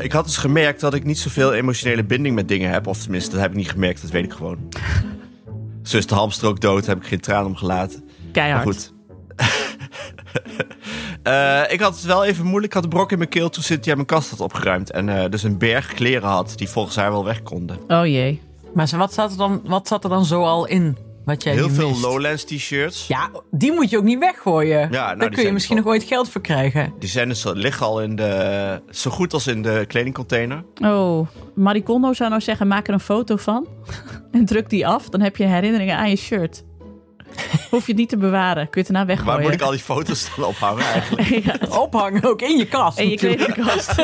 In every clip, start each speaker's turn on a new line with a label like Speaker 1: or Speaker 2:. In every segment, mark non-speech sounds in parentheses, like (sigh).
Speaker 1: Ik had dus gemerkt dat ik niet zoveel emotionele binding met dingen heb. Of tenminste, dat heb ik niet gemerkt, dat weet ik
Speaker 2: (laughs)
Speaker 1: gewoon. Zus de hamster ook dood, heb ik geen traan om gelaten. Maar
Speaker 3: Keihard.
Speaker 1: goed. (laughs) Eh, ik had het wel even moeilijk. Ik had een brok in mijn keel toen Cynthia mijn kast had opgeruimd. En eh, dus een berg kleren had die volgens haar wel weg konden.
Speaker 3: Oh jee.
Speaker 2: Maar ze- wat zat er dan, wat zat er dan zo al in? Wat jij
Speaker 1: Heel
Speaker 2: nu
Speaker 1: veel
Speaker 2: mist?
Speaker 1: Lowlands t-shirts.
Speaker 2: Ja, die moet je ook niet weggooien.
Speaker 1: nou, die
Speaker 2: Daar kun je
Speaker 1: zijn
Speaker 2: misschien
Speaker 1: wel-
Speaker 2: nog ooit geld voor krijgen.
Speaker 1: Die zijn dus, liggen al in de, zo goed als in de kledingcontainer.
Speaker 3: Oh, Maricondo zou nou zeggen, maak er een foto van. (laughs) en druk die af, dan heb je herinneringen aan je shirt. Hoef je het niet te bewaren, kun je het daarna
Speaker 1: Waar
Speaker 3: weggooien.
Speaker 1: moet ik al die foto's dan
Speaker 2: (laughs)
Speaker 1: ophangen eigenlijk?
Speaker 3: (laughs) Ja,
Speaker 2: Ophangen ook in je kast.
Speaker 3: en je
Speaker 2: natuurlijk.
Speaker 3: kledingkast.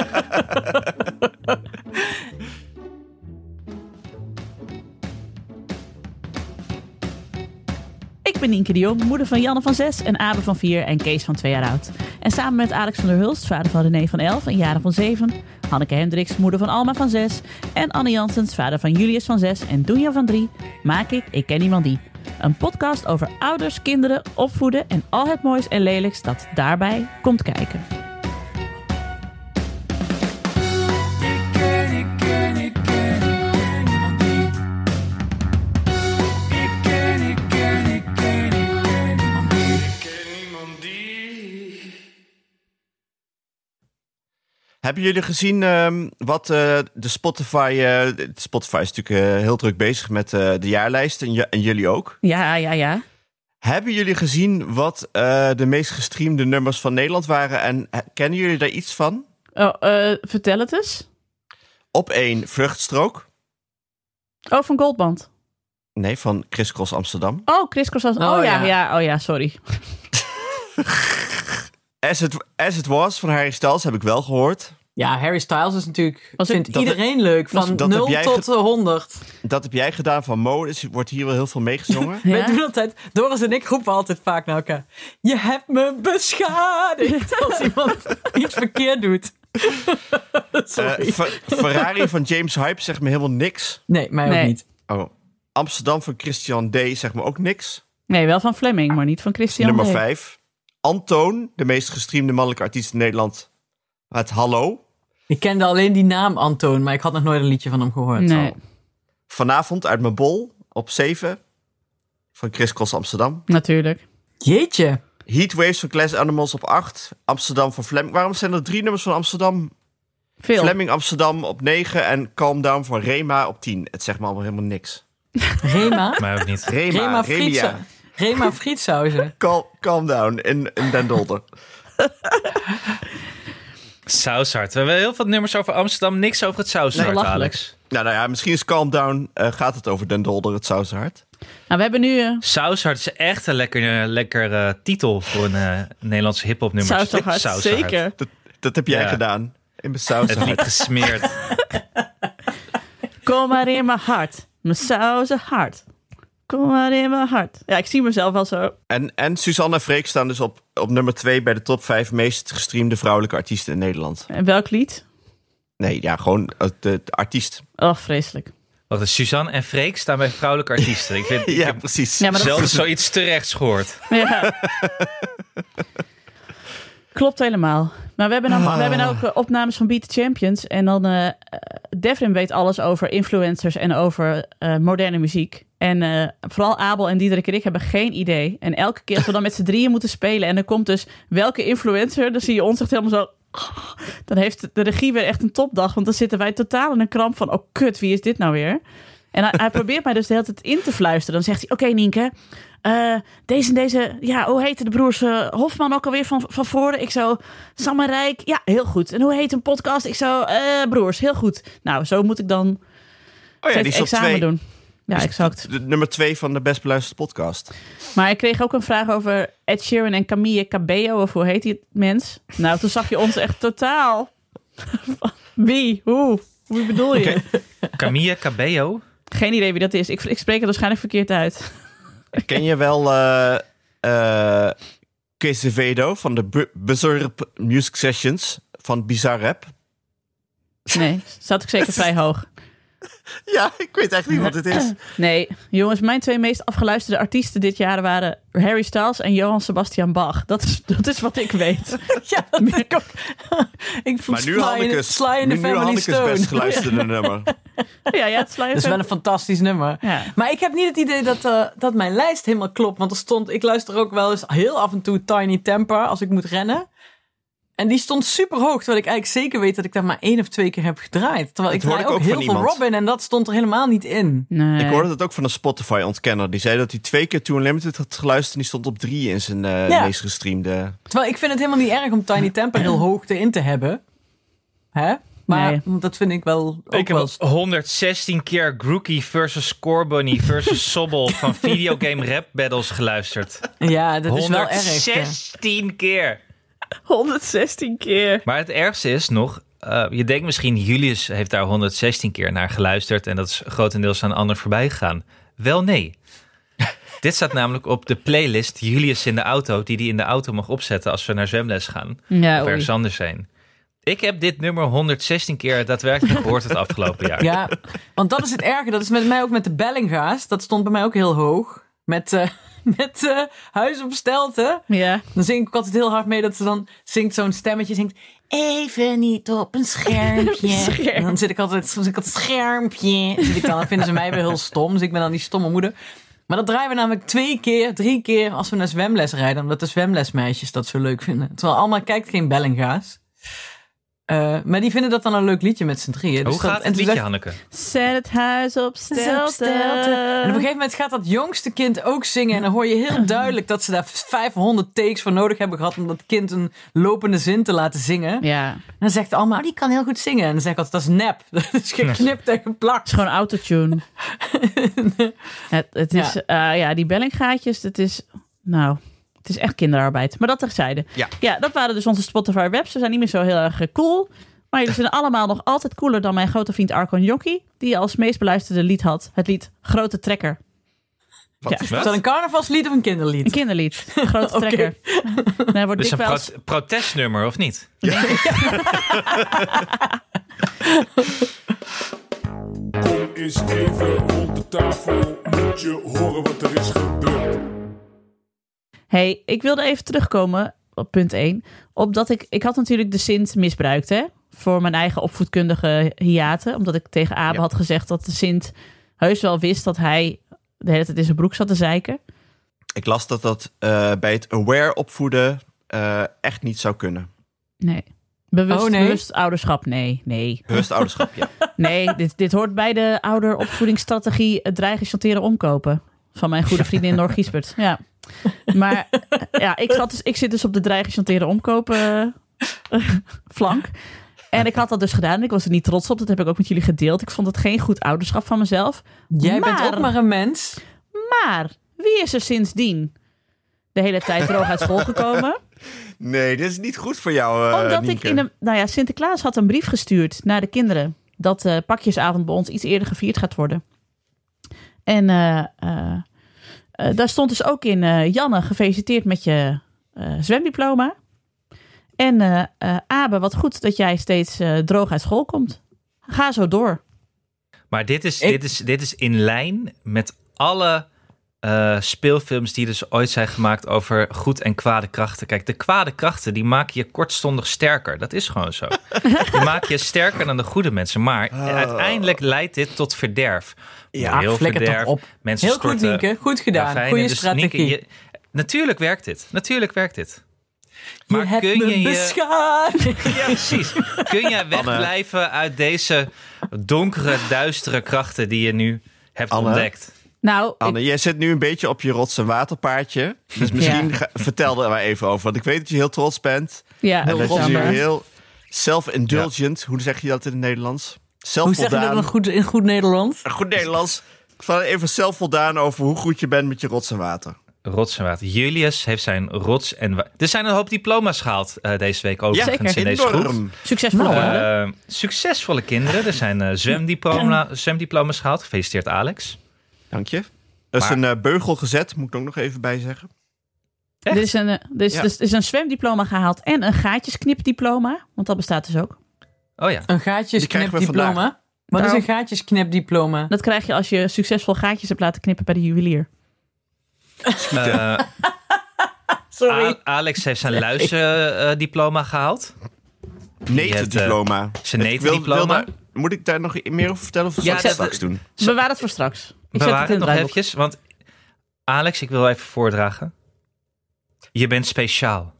Speaker 3: Ik ben Nienke de Jong, moeder van Janne van 6 en Abe van 4 en Kees van 2 jaar oud. En samen met Alex van der Hulst, vader van René van 11 en Jaren van 7, Hanneke Hendricks, moeder van Alma van 6 en Anne Jansens, vader van Julius van 6 en Doenja van 3, maak ik Ik Ken Iemand Die. Een podcast over ouders, kinderen, opvoeden en al het moois en lelijks dat daarbij komt kijken.
Speaker 1: Hebben jullie gezien ehm, wat eh, de Spotify... eh, de Spotify is natuurlijk eh, heel druk bezig met eh, de jaarlijst en, j- en jullie ook.
Speaker 3: Ja, ja, ja.
Speaker 1: Hebben jullie gezien wat eh, de meest gestreamde nummers van Nederland waren? En eh, kennen jullie daar iets van?
Speaker 3: Oh, eh, vertel het eens.
Speaker 1: Op één Vluchtstrook.
Speaker 3: Oh, van Goldband.
Speaker 1: Nee, van Chris Cross Amsterdam.
Speaker 3: Oh, Chris Cross. Oh, ja,
Speaker 2: Oh, ja.
Speaker 3: ja, oh ja, sorry.
Speaker 1: As It, As It Was van Harry Styles heb ik wel gehoord.
Speaker 2: Ja, Harry Styles is natuurlijk,
Speaker 3: Was ik-
Speaker 2: vindt
Speaker 1: dat-
Speaker 2: iedereen leuk. Van
Speaker 1: dat heb
Speaker 2: 0
Speaker 1: jij
Speaker 2: tot
Speaker 1: ge-
Speaker 2: eh, 100.
Speaker 1: Dat heb jij gedaan van Mo, dus wordt hier wel heel veel
Speaker 3: (laughs)
Speaker 1: meegezongen.
Speaker 3: Ja?
Speaker 2: Wij doen altijd, Doris en ik roepen altijd vaak naar elkaar. Je hebt me
Speaker 3: (laughs)
Speaker 2: beschadigd als iemand iets verkeerd doet. (laughs) Sorry.
Speaker 1: Eh, Fer- Ferrari van James Hype zegt me helemaal niks.
Speaker 2: nee, mij
Speaker 3: Nee.
Speaker 2: ook niet.
Speaker 1: Oh. Amsterdam van Christian D zegt me ook niks.
Speaker 3: Nee, wel van Fleming, maar niet van Christian.
Speaker 1: Nummer
Speaker 3: D.
Speaker 1: 5. Antoon, de meest gestreamde mannelijke artiest in Nederland. Het Hallo.
Speaker 2: Ik kende alleen die naam Antoon, maar ik had nog nooit een liedje van hem gehoord.
Speaker 3: Nee.
Speaker 1: Vanavond uit mijn bol op 7. Van Chris Cross Amsterdam.
Speaker 3: Natuurlijk.
Speaker 2: Jeetje.
Speaker 1: Heatwaves van Glass Animals op 8. Amsterdam van Flemming. Waarom zijn er drie nummers van Amsterdam?
Speaker 3: Veel.
Speaker 1: Flemming Amsterdam op 9 en Calm Down van Rema op 10. Het zegt me allemaal helemaal niks.
Speaker 2: Rema.
Speaker 4: Mij ook niet.
Speaker 1: Rema,
Speaker 2: Rema
Speaker 1: Remia.
Speaker 2: Frietsa- Rema Frietsauzen.
Speaker 1: Cal- calm down in, in Den Dolder.
Speaker 4: Saushart. We hebben heel veel nummers over Amsterdam. Niks over het Saushart,
Speaker 3: Nee, belachelijk.
Speaker 4: Alex.
Speaker 1: nou, nou ja, misschien is Calm Down, eh, gaat het over Den Dolder, het Saushart.
Speaker 3: Nou, we hebben nu eh,
Speaker 4: Saushart is echt een lekker, lekker eh, titel voor een eh, Nederlandse hip-hop nummer.
Speaker 3: saus toch hard.
Speaker 4: Saushart.
Speaker 3: Zeker.
Speaker 1: Dat, dat heb jij
Speaker 4: Ja.
Speaker 1: gedaan in mijn
Speaker 4: Het
Speaker 1: Saushart.
Speaker 4: lied gesmeerd.
Speaker 3: Kom maar in mijn hart. Mijn sausen hart. Kom maar in mijn hart. Ja, ik zie mezelf wel zo.
Speaker 1: En, en Suzanne en Freek staan dus op, op nummer 2 bij de top 5 meest gestreamde vrouwelijke artiesten in Nederland.
Speaker 3: En welk lied?
Speaker 1: Nee, ja, gewoon eh, de, de artiest.
Speaker 3: Oh, vreselijk.
Speaker 4: Wat is Suzanne en Freek staan bij vrouwelijke artiesten. Ik vind
Speaker 1: (laughs) Ja, precies.
Speaker 3: Ja, maar dat-
Speaker 4: zelden zoiets terechts gehoord.
Speaker 3: Ja. Klopt helemaal. Maar we hebben, dan, we hebben ook eh, opnames van Beat the Champions. En dan eh eh, Devrim weet alles over influencers en over eh, moderne muziek. En eh, vooral Abel en Diederik en ik hebben geen idee. En elke keer als we dan met z'n drieën moeten spelen. En dan komt dus welke influencer. Dan zie je ons echt helemaal zo. (laughs) Dan heeft de regie weer echt een topdag. Want dan zitten wij totaal in een kramp van... oh kut, wie is dit nou weer? En hij, (laughs) hij probeert mij dus de hele tijd in te fluisteren. Dan zegt hij, oké Nienke... eh, deze en deze... Ja, hoe heten de broers eh, Hofman ook alweer van, van voren? Ik zo... Sam en Rijk. Ja, heel goed. En hoe heet een podcast? Ik zo... eh, broers, heel goed. Nou, zo moet ik dan
Speaker 1: oh ja, die
Speaker 3: steeds
Speaker 1: is op Dus-
Speaker 3: examen
Speaker 1: 2.
Speaker 3: doen. Ja, exact.
Speaker 1: De, nummer 2 van de best beluisterde
Speaker 2: (laughs)
Speaker 1: podcast.
Speaker 3: Maar ik kreeg ook een vraag over Ed Sheeran en Camille Cabello, of hoe heet die mens? Nou, toen zag je ons echt totaal. (laughs) Wie? Hoe? Hoe bedoel je?
Speaker 4: Camille Cabello.
Speaker 3: Geen idee wie dat is. Ik, ik spreek het waarschijnlijk verkeerd uit.
Speaker 1: Ken je wel eh eh, Quezevedo van de Bu- Bizarre P- Music Sessions van Bizarre Rap? (laughs)
Speaker 3: Nee, zat ik zeker vrij hoog.
Speaker 1: Ja, ik weet echt niet wat het is.
Speaker 3: Nee, jongens, mijn twee meest afgeluisterde artiesten dit jaar waren Harry Styles en Johan Sebastian Bach. Dat is, dat is wat ik
Speaker 2: (laughs)
Speaker 3: weet.
Speaker 2: Ja, dat vind ik ook. (laughs) ik voel
Speaker 1: Maar nu
Speaker 2: Sly in-
Speaker 1: Hanneke's,
Speaker 2: Sly in
Speaker 1: nu,
Speaker 2: the
Speaker 1: nu
Speaker 2: Family
Speaker 1: Hanneke's
Speaker 2: Stone.
Speaker 1: best geluisterde
Speaker 2: (laughs)
Speaker 1: nummer.
Speaker 3: ja, ja, het sluit
Speaker 2: Dat is wel een fantastisch nummer.
Speaker 3: Ja.
Speaker 2: Maar ik heb niet het idee dat, eh, dat mijn lijst helemaal klopt. Want er stond, ik luister ook wel eens heel af en toe Tiny Temper als ik moet rennen. En die stond super hoog, terwijl ik eigenlijk zeker weet dat ik daar maar één of twee keer heb gedraaid. Terwijl ik
Speaker 1: Dat hoorde
Speaker 2: draai
Speaker 1: ik
Speaker 2: ook
Speaker 1: ook
Speaker 2: heel
Speaker 1: van
Speaker 2: veel
Speaker 1: iemand.
Speaker 2: Robin en dat stond er helemaal niet in.
Speaker 3: Nee.
Speaker 1: Ik hoorde dat ook van een Spotify-ontkenner. Die zei dat hij twee keer Too Unlimited had geluisterd... en die stond op drie in zijn eh,
Speaker 2: Ja.
Speaker 1: meest gestreamde...
Speaker 2: Terwijl ik vind het helemaal niet erg
Speaker 1: (laughs)
Speaker 2: om Tiny Temper heel hoog erin te hebben. Hè? Maar
Speaker 3: Nee.
Speaker 2: dat vind ik wel ook
Speaker 4: Ik
Speaker 2: wel
Speaker 4: heb 116 keer Grookie versus Scorebunny versus Sobble van videogame rap battles geluisterd.
Speaker 2: Ja, dat is wel erg. ja.
Speaker 4: 116 keer.
Speaker 3: 116 keer.
Speaker 4: Maar het ergste is nog, eh, je denkt misschien Julius heeft daar 116 keer naar geluisterd en dat is grotendeels aan ander voorbij gegaan. Wel nee. Dit staat namelijk op de playlist Julius in de auto, die hij in de auto mag opzetten als we naar zwemles gaan.
Speaker 3: Ja,
Speaker 4: of
Speaker 3: oei.
Speaker 4: ergens anders zijn. Ik heb dit nummer 116 keer daadwerkelijk gehoord het afgelopen jaar.
Speaker 2: Ja, want dat is het erge. Dat is met mij ook met de Bellinga's. Dat stond bij mij ook heel hoog. Met, eh, (laughs) met eh, Huis op Stelten.
Speaker 3: Ja.
Speaker 2: Dan zing ik ook altijd heel hard mee dat ze dan zingt zo'n stemmetje. Zingt even niet (laughs) op een schermpje.
Speaker 3: Scherm.
Speaker 2: En dan zit ik altijd, soms zit ik altijd schermpje. Zit ik dan, dan vinden ze mij weer heel stom. Dus ik ben dan die stomme moeder. Maar dat draaien we namelijk twee keer, drie keer als we naar zwemles rijden. Omdat de zwemlesmeisjes dat zo leuk vinden. Terwijl allemaal kijkt geen Bellinga's. Eh, maar die vinden dat dan een leuk liedje met z'n drieën. Dus
Speaker 4: Hoe
Speaker 2: dat-
Speaker 4: gaat
Speaker 2: en
Speaker 4: het
Speaker 2: toen
Speaker 4: liedje,
Speaker 2: dacht-
Speaker 4: Hanneke?
Speaker 3: Zet het huis op
Speaker 2: Zelfs stelte. En op een
Speaker 3: stelte.
Speaker 2: gegeven moment gaat dat jongste kind ook zingen. En dan hoor je heel duidelijk dat ze daar 500 takes voor nodig hebben gehad. om dat kind een lopende zin te laten zingen. En
Speaker 3: Ja, het
Speaker 2: dan zegt allemaal, oh, die kan heel goed zingen. En dan zeg ik altijd, dat is nep. (laughs) Dat is geknipt en geplakt.
Speaker 3: is gewoon autotune. het, het is,
Speaker 2: Ja.
Speaker 3: ja. ja, die bellinggaatjes, het is, nou, het is echt kinderarbeid. Maar dat terzijde.
Speaker 1: Ja.
Speaker 3: ja, dat waren dus onze Spotify webs. Ze zijn niet meer zo heel erg eh, cool. Maar jullie zijn allemaal nog altijd cooler dan mijn grote vriend Arkon Jokki. Die als meest beluisterde lied had het lied Grote Trekker.
Speaker 1: Wat
Speaker 3: Ja.
Speaker 1: is
Speaker 2: Is
Speaker 1: dat?
Speaker 2: dat dus een carnavalslied of een
Speaker 3: Een
Speaker 2: kinderlied?
Speaker 3: kinderlied. Grote
Speaker 2: Oké.
Speaker 3: Trekker. Nee, wordt
Speaker 4: Dus een
Speaker 3: dikwijls-
Speaker 4: pro- protestnummer, of niet?
Speaker 5: Kom eens even rond de tafel, moet je horen wat er is gebeurd.
Speaker 3: Hey, ik wilde even terugkomen op punt 1. Omdat ik, ik had natuurlijk de Sint misbruikt, hè? Voor mijn eigen opvoedkundige hiaten. Omdat ik tegen Abe
Speaker 4: Ja.
Speaker 3: had gezegd dat de Sint heus wel wist dat hij de hele tijd in zijn broek zat te zeiken.
Speaker 1: Ik las dat dat eh, bij het aware opvoeden eh, echt niet zou kunnen.
Speaker 3: Nee. Bewust,
Speaker 2: Oh, nee?
Speaker 3: bewust ouderschap, nee, nee. (laughs)
Speaker 1: Bewust ouderschap, ja.
Speaker 3: Nee, dit, dit hoort bij de ouderopvoedingsstrategie het dreigen, chanteren, omkopen. Van mijn goede vriendin Noor Giesbert. Ja. Maar ja, ik, zat dus, ik zit dus op de dreigen, chanteren, omkopen eh, flank. En ik had dat dus gedaan en ik was er niet trots op. Dat heb ik ook met jullie gedeeld. Ik vond het geen goed ouderschap van mezelf.
Speaker 2: Jij bent
Speaker 3: Maar-
Speaker 2: ook maar een mens.
Speaker 3: Maar wie is er sindsdien de hele tijd droog uit school gekomen?
Speaker 1: Nee, dit is niet goed voor jou, eh,
Speaker 3: Omdat ik
Speaker 1: Nienke.
Speaker 3: in de. Nou ja, Sinterklaas had een brief gestuurd naar de kinderen. dat eh pakjesavond bij ons iets eerder gevierd gaat worden. En eh, eh, eh, daar stond dus ook in: eh, Janne, gefeliciteerd met je eh, zwemdiploma. En eh, eh, Abe, wat goed dat jij steeds eh, droog uit school komt. Ga zo door.
Speaker 4: Maar dit is,
Speaker 2: Ik-
Speaker 4: dit is, dit is in lijn met alle eh, speelfilms die dus ooit zijn gemaakt over goed en kwade krachten. Kijk, de kwade krachten die maken je kortstondig sterker. Dat is gewoon zo.
Speaker 2: (laughs)
Speaker 4: die maken je sterker dan de goede mensen. Maar uiteindelijk leidt dit tot verderf.
Speaker 1: Ja,
Speaker 4: Heel
Speaker 2: flikker toch
Speaker 4: verderf.
Speaker 2: op.
Speaker 4: Mensen
Speaker 2: Heel goed,
Speaker 4: storten
Speaker 2: Nienke. Goed gedaan.
Speaker 4: ravijnen.
Speaker 2: Goede
Speaker 4: eh, Dus, Nienke,
Speaker 2: strategie. je,
Speaker 4: je- natuurlijk werkt dit. Natuurlijk werkt dit. Maar
Speaker 2: hebt
Speaker 4: kun
Speaker 2: me
Speaker 4: je je
Speaker 2: beschadigd.
Speaker 4: ja, precies. Kun jij wegblijven uit deze donkere, duistere krachten die je nu hebt
Speaker 1: Anne?
Speaker 4: ontdekt?
Speaker 3: Nou, ik-
Speaker 1: Anne, jij zit nu een beetje op je rots- en waterpaardje. Dus misschien ga- vertel daar maar even over. Want ik weet dat je heel trots bent.
Speaker 3: ja,
Speaker 1: En dat je nu
Speaker 3: Sander.
Speaker 1: heel self-indulgent... Hoe zeg je dat in het Nederlands?
Speaker 2: Hoe zeg je dat in
Speaker 1: Zelfvoldaan.
Speaker 2: goed, in goed Nederlands?
Speaker 1: Goed Nederlands. Van even zelfvoldaan over hoe goed je bent met je rots en water.
Speaker 4: Rots en water. Julius heeft zijn rots en wa- Er zijn een hoop diploma's gehaald eh, deze week overigens
Speaker 3: Zeker.
Speaker 4: in deze groep.
Speaker 1: Enorm.
Speaker 3: Succesvol.
Speaker 1: Nou,
Speaker 3: hè?
Speaker 4: Eh, succesvolle kinderen. Er zijn eh, zwemdiploma, zwemdiploma's gehaald. Gefeliciteerd, Alex.
Speaker 1: Dank je. Dat is
Speaker 4: Maar-
Speaker 1: een eh, beugel gezet, moet ik er ook nog even bij zeggen.
Speaker 4: Echt?
Speaker 3: Er is, een, eh, er, is,
Speaker 1: Ja.
Speaker 3: er is- er is een zwemdiploma gehaald en een gaatjesknipdiploma. Want dat bestaat dus ook.
Speaker 4: Oh ja.
Speaker 2: Een gaatje
Speaker 1: Die krijgen we
Speaker 2: diploma. Wat is
Speaker 3: Daarom-
Speaker 2: een gaatjesknipdiploma?
Speaker 3: Dat krijg je als je succesvol gaatjes hebt laten knippen bij de juwelier.
Speaker 4: Eh,
Speaker 2: Sorry.
Speaker 4: A- Alex heeft zijn luizendiploma gehaald.
Speaker 1: Netendiploma.
Speaker 4: zijn
Speaker 1: Ik wil-
Speaker 4: netendiploma.
Speaker 1: wil daar- Moet ik daar nog meer over vertellen of zal
Speaker 4: Ja,
Speaker 1: ik dat
Speaker 4: dat-
Speaker 1: straks doen?
Speaker 3: Bewaar het voor straks. Ik zet het in
Speaker 4: Bewaar het
Speaker 3: het
Speaker 4: nog
Speaker 3: draaiboek.
Speaker 4: eventjes, want Alex, ik wil even voordragen. Je bent speciaal.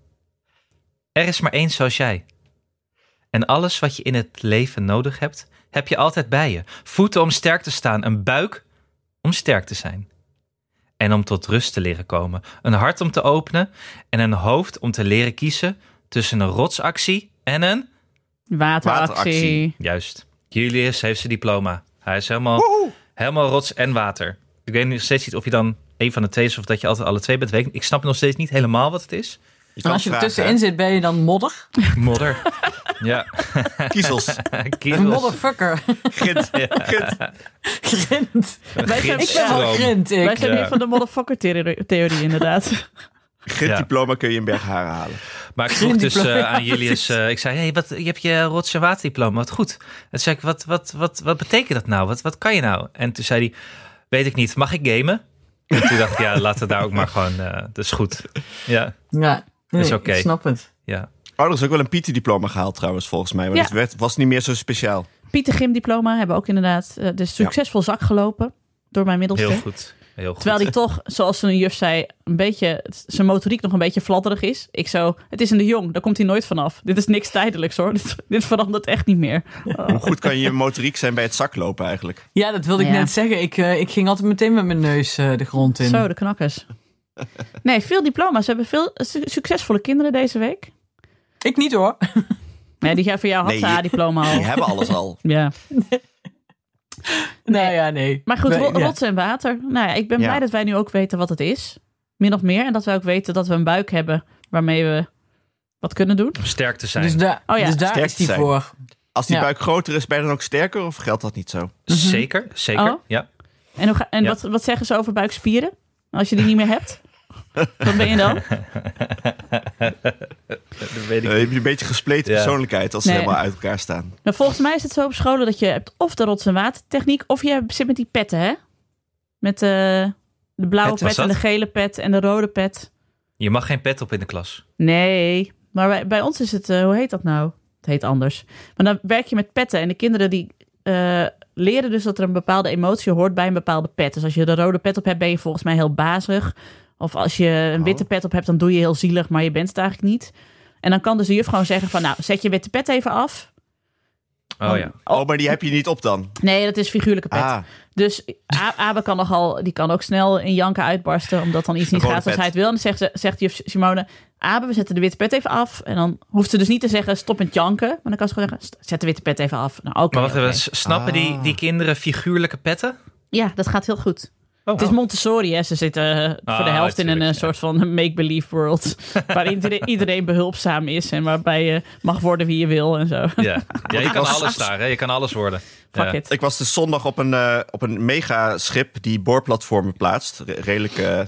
Speaker 4: Er is maar één zoals jij. En alles wat je in het leven nodig hebt, heb je altijd bij je. Voeten om sterk te staan, een buik om sterk te zijn. En om tot rust te leren komen, een hart om te openen en een hoofd om te leren kiezen tussen een rotsactie en een...
Speaker 3: Wateractie.
Speaker 1: Wateractie.
Speaker 4: Juist, Julius heeft zijn diploma. Hij is helemaal... Helemaal rots en water. Ik weet nog steeds niet of je dan een van de twee is of dat je altijd alle twee bent. Weet ik- Ik snap nog steeds niet helemaal wat het is.
Speaker 1: Je
Speaker 2: En
Speaker 1: kan
Speaker 2: als je er
Speaker 1: vragen,
Speaker 2: tussenin zit, ben je dan modder? (laughs)
Speaker 4: Modder. ja.
Speaker 1: hè? Kiezels.
Speaker 4: Kiezels.
Speaker 2: Een modderfucker.
Speaker 1: Grind. Grind.
Speaker 2: (laughs) grind.
Speaker 3: Wij zijn,
Speaker 2: Ik ben wel
Speaker 4: Stroom.
Speaker 2: grind,
Speaker 3: wij
Speaker 2: ik.
Speaker 3: zijn
Speaker 4: Ja.
Speaker 3: hier van de motherfucker-theorie, inderdaad.
Speaker 1: Grinddiploma kun je in Bergharen halen.
Speaker 4: Maar ik vroeg dus
Speaker 2: Grinddiploma. (laughs)
Speaker 4: eh, aan Julius. eh, ik zei, hey, wat, je hebt je rots- en waterdiploma. Wat goed. En toen zei ik, wat, wat, wat, wat betekent dat nou? Wat, wat kan je nou? En toen zei hij, weet ik niet. Mag ik gamen? En toen dacht ik, ja, laten we daar ook maar gewoon... eh, dat is goed. Ja,
Speaker 2: Ja, nee,
Speaker 4: Is oké.
Speaker 2: ik snap het.
Speaker 4: ja.
Speaker 1: Oh, er is ook wel een Pieter-diploma gehaald trouwens, volgens mij. Maar
Speaker 3: Ja.
Speaker 1: dat werd, was niet meer zo speciaal.
Speaker 3: (laughs) Pieter Gym diploma hebben we ook inderdaad. eh, dus succesvol zak gelopen door mijn middelste.
Speaker 4: Heel goed. Heel goed.
Speaker 3: Terwijl die toch, zoals een juf zei, een beetje, zijn motoriek nog een beetje fladderig is. Ik zo, het is in de jong, daar komt hij nooit vanaf. Dit is niks tijdelijks hoor, (laughs) dit, dit verandert echt niet meer.
Speaker 1: Hoe goed kan je motoriek zijn bij het zaklopen eigenlijk?
Speaker 2: Ja, dat wilde ik
Speaker 3: Ja.
Speaker 2: net zeggen. Ik, eh, ik ging altijd meteen met mijn neus eh, de grond in.
Speaker 3: Zo, de knakkers. Nee, veel diploma's. We hebben veel su- succesvolle kinderen deze week.
Speaker 2: Ik niet hoor.
Speaker 3: Nee, die jaar voor jou had
Speaker 1: Nee,
Speaker 3: ze
Speaker 1: je-
Speaker 3: haar diploma
Speaker 1: (laughs)
Speaker 3: al.
Speaker 1: Die hebben alles al.
Speaker 3: Ja.
Speaker 2: (laughs) Nee, Nou ja, nee.
Speaker 3: Maar goed,
Speaker 2: Nee,
Speaker 3: ro-
Speaker 2: ja.
Speaker 3: rots en water. Nou ja, ik ben
Speaker 1: Ja.
Speaker 3: blij dat wij nu ook weten wat het is. Min of meer. En dat we ook weten dat we een buik hebben waarmee we wat kunnen doen.
Speaker 4: Om sterk te zijn.
Speaker 2: Dus, daar
Speaker 3: Oh ja.
Speaker 2: dus daar
Speaker 1: Sterk
Speaker 2: is die
Speaker 1: zijn.
Speaker 2: voor.
Speaker 1: Als die
Speaker 2: Ja.
Speaker 1: buik groter is, ben je dan ook sterker of geldt dat niet zo?
Speaker 2: Mhm.
Speaker 4: Zeker, zeker.
Speaker 3: Oh.
Speaker 4: Ja.
Speaker 3: En, hoe ga- en
Speaker 4: Ja.
Speaker 3: wat, wat zeggen ze over buikspieren? Als je die niet meer hebt? Wat ben je dan?
Speaker 4: Dat weet
Speaker 1: Eh, je hebt een beetje gespleten
Speaker 4: Ja.
Speaker 1: persoonlijkheid als ze
Speaker 3: Nee.
Speaker 1: helemaal uit elkaar staan.
Speaker 3: Nou, volgens mij is het zo op scholen dat je hebt of de rots- en watertechniek... of je hebt- zit met die petten, hè? Met eh, de blauwe
Speaker 4: Petten,
Speaker 3: pet
Speaker 4: was
Speaker 3: en de
Speaker 4: dat?
Speaker 3: gele pet en de rode pet.
Speaker 4: Je mag geen pet op in de klas.
Speaker 3: Nee, maar bij, bij ons is het... eh, hoe heet dat nou? Het heet anders. Maar dan werk je met petten en de kinderen die... eh, leren dus dat er een bepaalde emotie hoort bij een bepaalde pet. Dus als je de rode pet op hebt, ben je volgens mij heel bazig. Of als je een
Speaker 1: Oh.
Speaker 3: witte pet op hebt, dan doe je heel zielig, maar je bent het eigenlijk niet. En dan kan dus de juf gewoon zeggen van, nou, zet je witte pet even af.
Speaker 4: Oh ja.
Speaker 1: Oh, maar die heb je niet op dan.
Speaker 3: Nee, dat is figuurlijke pet.
Speaker 1: Ah,
Speaker 3: Dus A- Abe kan nogal, die kan ook snel in janken uitbarsten, omdat dan iets niet
Speaker 1: Rode
Speaker 3: gaat zoals
Speaker 1: pet.
Speaker 3: hij het wil. En dan zegt, ze, zegt juf Simone, Abe, we zetten de witte pet even af. En dan hoeft ze dus niet te zeggen, stop met janken. Maar dan kan ze gewoon zeggen, "St- zet de witte pet even af. Nou, oké.
Speaker 4: Maar wat
Speaker 3: oké.
Speaker 4: s- snappen
Speaker 2: Ah.
Speaker 4: die, die kinderen figuurlijke petten?
Speaker 3: Ja, dat gaat heel goed.
Speaker 4: Oh,
Speaker 3: Het is Montessori, hè. Ze zitten eh, voor de
Speaker 4: Ah,
Speaker 3: helft in een
Speaker 4: tuurlijk,
Speaker 3: eh,
Speaker 4: ja.
Speaker 3: soort van make-believe
Speaker 4: (laughs)
Speaker 3: world. waarin iedereen, iedereen behulpzaam is en waarbij je mag worden wie je wil en zo.
Speaker 4: ja.
Speaker 2: (laughs)
Speaker 4: ja, je kan alles daar, hè? je kan alles worden.
Speaker 3: Fuck
Speaker 4: Ja.
Speaker 3: it.
Speaker 1: ik was dus zondag op een, eh, op een megaschip die boorplatformen plaatst. Re- redelijk eh,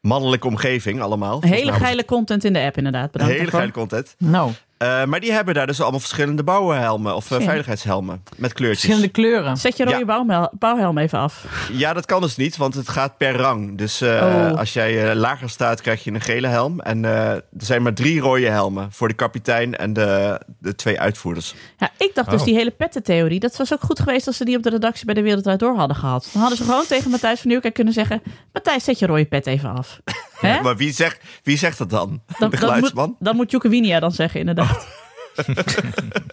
Speaker 1: mannelijke omgeving allemaal. Volgens
Speaker 3: Hele
Speaker 1: mij was het
Speaker 3: geile content in de app inderdaad. Bedankt
Speaker 1: Hele
Speaker 3: daarvoor.
Speaker 1: geile content.
Speaker 2: Nou,
Speaker 1: Eh, maar die hebben daar dus allemaal verschillende bouwhelmen of eh,
Speaker 3: Ja.
Speaker 1: veiligheidshelmen met kleurtjes.
Speaker 2: verschillende
Speaker 3: (laughs)
Speaker 2: kleuren.
Speaker 3: Zet je rode
Speaker 1: Ja.
Speaker 3: bouwmel- bouwhelm even af.
Speaker 1: Ja, dat kan dus niet, want het gaat per rang. Dus eh,
Speaker 3: Oh.
Speaker 1: als jij eh, lager staat, krijg je een gele helm. En eh, er zijn maar drie rode helmen voor de kapitein en de, de twee uitvoerders.
Speaker 3: Ja, ik dacht dus
Speaker 4: Oh.
Speaker 3: die hele pettentheorie. Dat was ook goed geweest als ze die op de redactie bij de Wereld Draait Door hadden gehad. Dan hadden ze gewoon tegen Matthijs van Nieuwkerk kunnen zeggen... Matthijs, zet je rode pet even af. Hè?
Speaker 1: Maar wie zegt, wie zegt dat dan?
Speaker 3: Dan,
Speaker 1: de
Speaker 3: dan moet,
Speaker 1: geluidsman?
Speaker 3: dan moet Joeke Winia dan zeggen, inderdaad.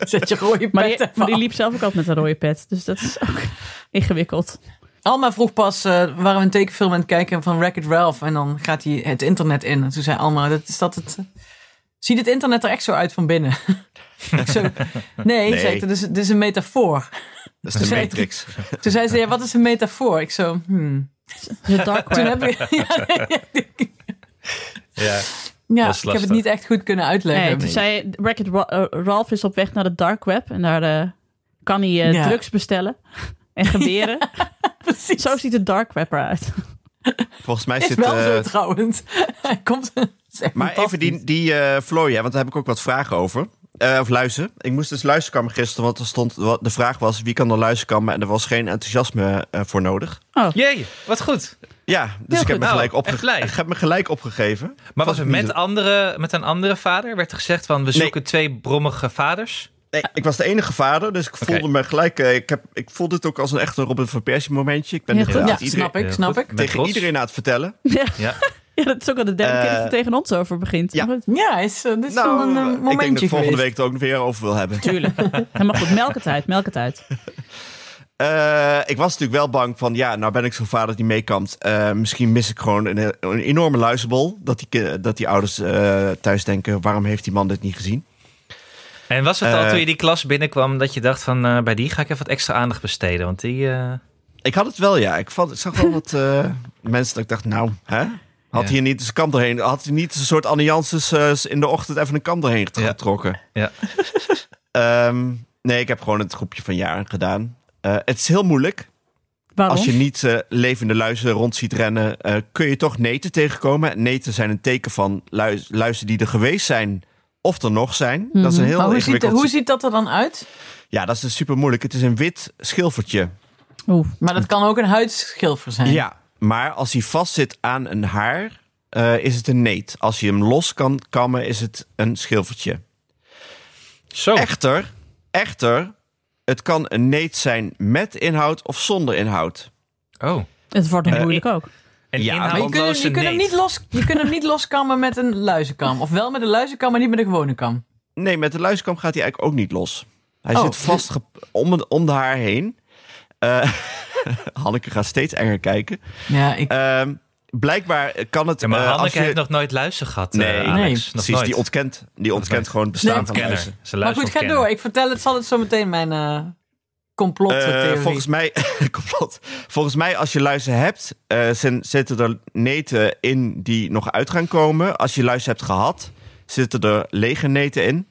Speaker 2: Zet je rode
Speaker 3: Maar die,
Speaker 2: pet
Speaker 3: maar
Speaker 2: maar
Speaker 3: die liep zelf ook altijd met een rode pet. Dus dat is ook (laughs) ingewikkeld.
Speaker 2: Alma vroeg pas, eh, waren we een tekenfilm aan het kijken van Wreck-It Ralph. En dan gaat hij het internet in. En toen zei Alma, dat, is dat het... eh, Ziet het internet er echt zo uit van binnen? (laughs) Ik zo, nee,
Speaker 1: Nee.
Speaker 2: Zei ik, dat, is, dat is een metafoor.
Speaker 1: Dat is de
Speaker 2: Nee.
Speaker 1: Matrix.
Speaker 2: Toen zei ze, ja, wat is een metafoor? Ik zo, hmm.
Speaker 3: Dus het
Speaker 2: (laughs)
Speaker 1: Oh,
Speaker 3: dark
Speaker 2: Toen
Speaker 1: (laughs)
Speaker 3: web.
Speaker 2: heb ik, ja,
Speaker 4: Ja.
Speaker 2: (laughs) ja, ik
Speaker 4: lastig.
Speaker 2: heb het niet echt goed kunnen uitleggen.
Speaker 3: Nee, toen zei Wreck-It Ra- eh, Ralph is op weg naar de dark web. En daar eh, kan hij eh,
Speaker 2: Ja.
Speaker 3: drugs bestellen. En geweren.
Speaker 2: precies.
Speaker 3: Zo ziet de dark web eruit.
Speaker 1: Volgens mij
Speaker 2: Is
Speaker 1: zit...
Speaker 2: wel zo
Speaker 1: eh,
Speaker 2: trouwens. (laughs) Hij komt. is echt
Speaker 1: maar even
Speaker 2: fantastisch.
Speaker 1: die, die eh, vlooi, hè, want daar heb ik ook wat vragen over. Eh, of luizen. Ik moest dus luizenkammen gisteren, want er stond, wat- de vraag was wie kan er luizenkammen en er was geen enthousiasme eh, voor nodig.
Speaker 4: Jee, wat goed.
Speaker 1: Ja, dus ik,
Speaker 4: goed.
Speaker 1: heb me, gelijk
Speaker 4: Nou,
Speaker 1: opge-
Speaker 4: echt blij.
Speaker 1: ik heb me gelijk opgegeven.
Speaker 4: Maar was
Speaker 1: was
Speaker 4: het
Speaker 1: niet
Speaker 4: met,
Speaker 1: zo-
Speaker 4: andere, met een andere vader? Werd er gezegd van, we
Speaker 1: Nee.
Speaker 4: zoeken twee brommige vaders?
Speaker 1: Nee, ik was de enige vader, dus ik voelde me gelijk. eh, ik, heb, ik voelde het ook als een echte Robin van Persie momentje. Ik ben
Speaker 3: Heel
Speaker 1: dit,
Speaker 3: goed.
Speaker 1: eh,
Speaker 2: Ja,
Speaker 1: aan iedereen-
Speaker 2: snap ik,
Speaker 4: Heel
Speaker 2: snap
Speaker 4: goed.
Speaker 2: ik.
Speaker 4: Met
Speaker 1: tegen
Speaker 4: trots.
Speaker 1: iedereen aan het vertellen. (laughs)
Speaker 3: Ja.
Speaker 4: Ja.
Speaker 3: ja, dat is ook al de derde
Speaker 1: Eh,
Speaker 3: keer dat het tegen ons over begint.
Speaker 1: ja.
Speaker 3: Maar goed.
Speaker 2: Ja, is, eh, dit is wel een eh,
Speaker 1: eh,
Speaker 2: momentje
Speaker 1: ik denk dat ik volgende
Speaker 2: geweest.
Speaker 1: week het ook weer over wil hebben.
Speaker 3: Tuurlijk. Ja, maar goed, melk het uit, melk het uit.
Speaker 1: Eh, ik was natuurlijk wel bang van, ja, nou ben ik zo'n vader die meekampt. Eh, misschien mis ik gewoon een, een enorme luizenbol. Dat die, ki- dat die ouders eh, thuis denken, waarom heeft die man dit niet gezien?
Speaker 4: En was het al
Speaker 1: Eh.
Speaker 4: toen je die klas binnenkwam dat je dacht van, eh, bij die ga ik even wat extra aandacht besteden? Want die... eh,
Speaker 1: Ik had het wel, ja. Ik, vond, ik zag wel wat eh, (laughs) mensen dat ik dacht, nou, hè? Had
Speaker 4: Ja.
Speaker 1: hij niet eens een kant doorheen? Had hij niet een soort alliances in de ochtend even een kant doorheen getro-
Speaker 4: Ja.
Speaker 1: getrokken?
Speaker 4: Ja.
Speaker 1: Ehm, nee, ik heb gewoon het groepje van jaren gedaan. Eh, het is heel moeilijk.
Speaker 3: Waarom?
Speaker 1: Als je niet eh, levende luizen rond ziet rennen, eh, kun je toch neten tegenkomen. Neten zijn een teken van luis- luizen die er geweest zijn of er nog zijn. Dat is een heel
Speaker 2: Mhm. Maar hoe ziet,
Speaker 1: ingewikkeld...
Speaker 2: hoe ziet dat er dan uit?
Speaker 1: Ja, dat is dus super moeilijk. Het is een wit schilfertje.
Speaker 3: Oeh.
Speaker 2: Maar dat kan ook een huidschilfer zijn.
Speaker 1: Ja, maar als hij vastzit aan een haar, eh, is het een neet. Als je hem los kan kammen, is het een schilfertje.
Speaker 2: Oh.
Speaker 4: Zo. Oh.
Speaker 1: Echter, echter, het kan een neet zijn met inhoud of zonder inhoud.
Speaker 4: Oh.
Speaker 3: Het wordt nu
Speaker 1: Eh,
Speaker 3: moeilijk ook.
Speaker 4: En
Speaker 1: Ja,
Speaker 4: ja,
Speaker 2: Maar je kunt, hem- je, kunt hem niet los, je
Speaker 1: (laughs)
Speaker 2: kunt hem niet loskammen met een luizenkam. Of wel met een luizenkam, maar niet met een gewone kam.
Speaker 1: Nee, met de luiskam gaat hij eigenlijk ook niet los. Hij
Speaker 2: Oh.
Speaker 1: zit vast om, een- om de haar heen. Eh, (laughs) Hanneke gaat steeds enger kijken.
Speaker 2: Ja, ik,
Speaker 1: Ehm, blijkbaar kan het...
Speaker 4: Ja, maar
Speaker 1: eh, als
Speaker 4: Hanneke
Speaker 1: je-
Speaker 4: heeft nog nooit luizen gehad, eh,
Speaker 1: Nee,
Speaker 4: Alex.
Speaker 2: nee,
Speaker 4: Nog
Speaker 1: Precies,
Speaker 4: nooit.
Speaker 1: die ontkent, die ontkent
Speaker 4: nooit.
Speaker 1: gewoon het bestaan
Speaker 2: Nee,
Speaker 1: van
Speaker 4: Kenner.
Speaker 1: luizen.
Speaker 4: Ze
Speaker 2: maar
Speaker 4: luistert
Speaker 2: goed, ga
Speaker 4: kennen.
Speaker 2: door. Ik vertel het, zal het zo meteen mijn eh complottheorie.
Speaker 1: Eh, volgens mij, (laughs) complot. Volgens mij, als je luizen hebt, eh, zijn- zitten er neten in die nog uit gaan komen. Als je luizen hebt gehad, zitten er lege neten in.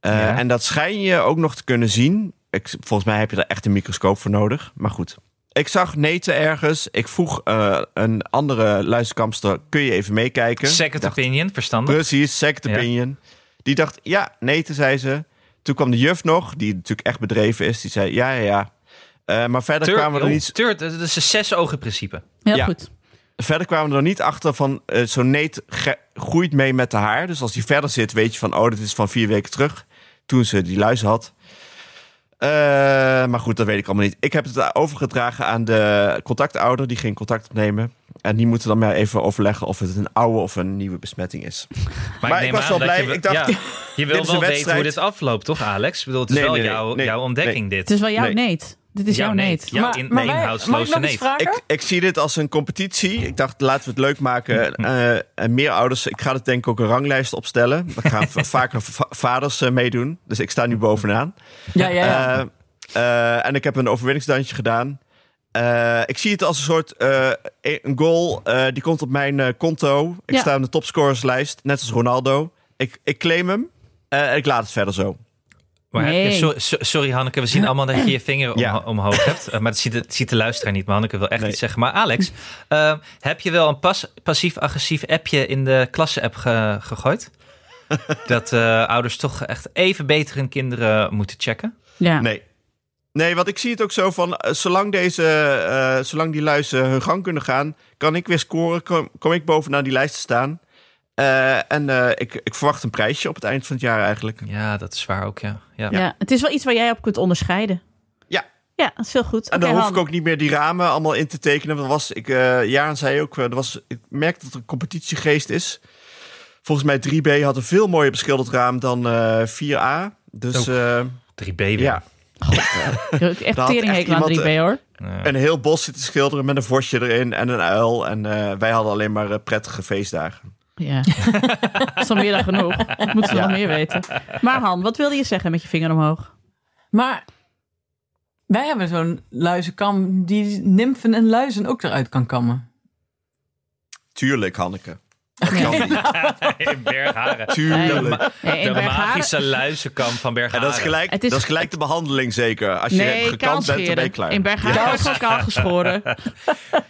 Speaker 1: Eh,
Speaker 4: Ja.
Speaker 1: En dat schijn je ook nog te kunnen zien. Ik, volgens mij heb je er echt een microscoop voor nodig. Maar goed. Ik zag neten ergens. Ik vroeg eh, een andere luizenkampster, kun je even meekijken?
Speaker 4: Second
Speaker 1: Dacht,
Speaker 4: opinion, verstandig.
Speaker 1: Precies, second
Speaker 4: Ja.
Speaker 1: opinion. Die dacht, ja, nee, te zei ze. Toen kwam de juf nog, die natuurlijk echt bedreven is. Die zei, ja, ja, ja. Eh, maar verder
Speaker 4: Tur-
Speaker 1: kwamen, we er
Speaker 4: joh,
Speaker 1: niet,
Speaker 4: tur- dat is een zes ogen principe.
Speaker 3: Heel
Speaker 1: ja.
Speaker 3: goed.
Speaker 1: verder kwamen we er niet achter van... eh, zo'n neet ge- groeit mee met de haar. Dus als die verder zit, weet je van... oh, dit is van vier weken terug. Toen ze die luis had. Eh, maar goed, dat weet ik allemaal niet. Ik heb het overgedragen aan de contactouder. Die ging contact opnemen. En die moeten dan maar even overleggen... of het een oude of een nieuwe besmetting is.
Speaker 4: Maar,
Speaker 1: Maar
Speaker 4: neem
Speaker 1: ik was
Speaker 4: aan
Speaker 1: wel
Speaker 4: dat
Speaker 1: blij.
Speaker 4: Je, wel-
Speaker 1: Ik dacht, (laughs)
Speaker 4: ja, je
Speaker 1: is een
Speaker 4: wil wel weten hoe
Speaker 1: wedstrijd.
Speaker 4: dit afloopt, toch, Alex? Ik bedoel, het is
Speaker 1: Nee,
Speaker 4: wel
Speaker 1: nee, nee,
Speaker 4: jouw,
Speaker 1: nee,
Speaker 4: jouw ontdekking, dit.
Speaker 3: Het is wel jouw
Speaker 1: Nee.
Speaker 3: neet. Dit is jouw neet.
Speaker 4: Jouw
Speaker 2: maar,
Speaker 4: in,
Speaker 2: maar wij- mag ik
Speaker 4: inhoudsloze
Speaker 2: nog iets
Speaker 4: neet.
Speaker 2: vragen?
Speaker 1: Ik, ik zie dit als een competitie. Ik dacht, laten we het leuk
Speaker 2: (laughs)
Speaker 1: maken. Eh, en meer ouders. Ik ga het denk ik ook een ranglijst opstellen. We
Speaker 2: (laughs)
Speaker 1: gaan v- vaker va- vaders eh, meedoen. Dus ik sta nu bovenaan.
Speaker 2: ja, ja, ja.
Speaker 1: Eh, eh, en ik heb een overwinningsdansje gedaan. Eh, ik zie het als een soort eh, een goal. eh, die komt op mijn eh, konto. Ik
Speaker 3: Ja.
Speaker 1: sta in de topscorerslijst. Net als Ronaldo. Ik, ik claim hem. eh, en ik laat het verder zo.
Speaker 4: Maar heb je-
Speaker 3: Nee.
Speaker 4: so- so- sorry Hanneke, we zien allemaal dat je je
Speaker 1: (clears throat)
Speaker 4: vinger
Speaker 1: Ja.
Speaker 4: omho- omhoog hebt. Eh, Maar dat ziet de, het ziet de luisteraar niet. Maar Hanneke wil echt
Speaker 1: Nee.
Speaker 4: iets zeggen. Maar Alex, eh, heb je wel een pas, passief-agressief appje in de klasse-app ge-
Speaker 1: (laughs)
Speaker 4: gegooid? Dat eh, ouders toch echt even beter hun kinderen moeten checken?
Speaker 3: Ja.
Speaker 1: Nee. Nee, want ik zie het ook zo van, eh, zolang, deze, eh, zolang die luizen hun gang kunnen gaan, kan ik weer scoren, kom, kom ik bovenaan die lijst te staan. Eh, en eh, ik, ik verwacht een prijsje op het eind van het jaar eigenlijk.
Speaker 4: Ja, dat is waar ook, ja. ja.
Speaker 3: Ja. Het is wel iets waar jij op kunt onderscheiden.
Speaker 1: Ja.
Speaker 3: Ja, dat is heel goed.
Speaker 1: En
Speaker 3: Oké,
Speaker 1: dan hoef ik
Speaker 3: Han.
Speaker 1: ook niet meer die ramen allemaal in te tekenen. Want dat was, ik, eh Jaren zei ook, eh, er was, ik merk dat er een competitiegeest is. Volgens mij 3B had een veel mooier beschilderd raam dan eh, 4A. Dus
Speaker 4: Oh.
Speaker 1: eh,
Speaker 4: 3B weer.
Speaker 1: ja,
Speaker 3: Ik heb echt
Speaker 1: had echt
Speaker 3: teringhekel aan
Speaker 1: iemand, eh,
Speaker 3: 3B hoor.
Speaker 4: Ja.
Speaker 1: een heel bos zitten schilderen met een vosje erin en een uil. En eh, wij hadden alleen maar eh, prettige feestdagen.
Speaker 3: Ja.
Speaker 1: (laughs)
Speaker 3: dat is al meer dan genoeg. Dat moeten we nog meer weten. Maar Han, wat wilde je zeggen met je vinger omhoog?
Speaker 2: Maar wij hebben zo'n luizenkam die nimfen en luizen ook eruit kan kammen.
Speaker 1: Tuurlijk, Hanneke.
Speaker 4: (laughs) in Bergharen.
Speaker 1: Tuurlijk.
Speaker 3: Nee, in
Speaker 4: de
Speaker 3: Bergharen-
Speaker 4: magische luizenkamp van
Speaker 1: En
Speaker 4: Bergharen.
Speaker 1: dat is, gelijk,
Speaker 3: Het is-
Speaker 1: dat is gelijk de behandeling zeker. Als je
Speaker 3: Nee,
Speaker 1: gekant bent, dan ben je
Speaker 3: kaalscheren.
Speaker 1: klaar.
Speaker 3: In Bergharen wordt gewoon kaal geschoren.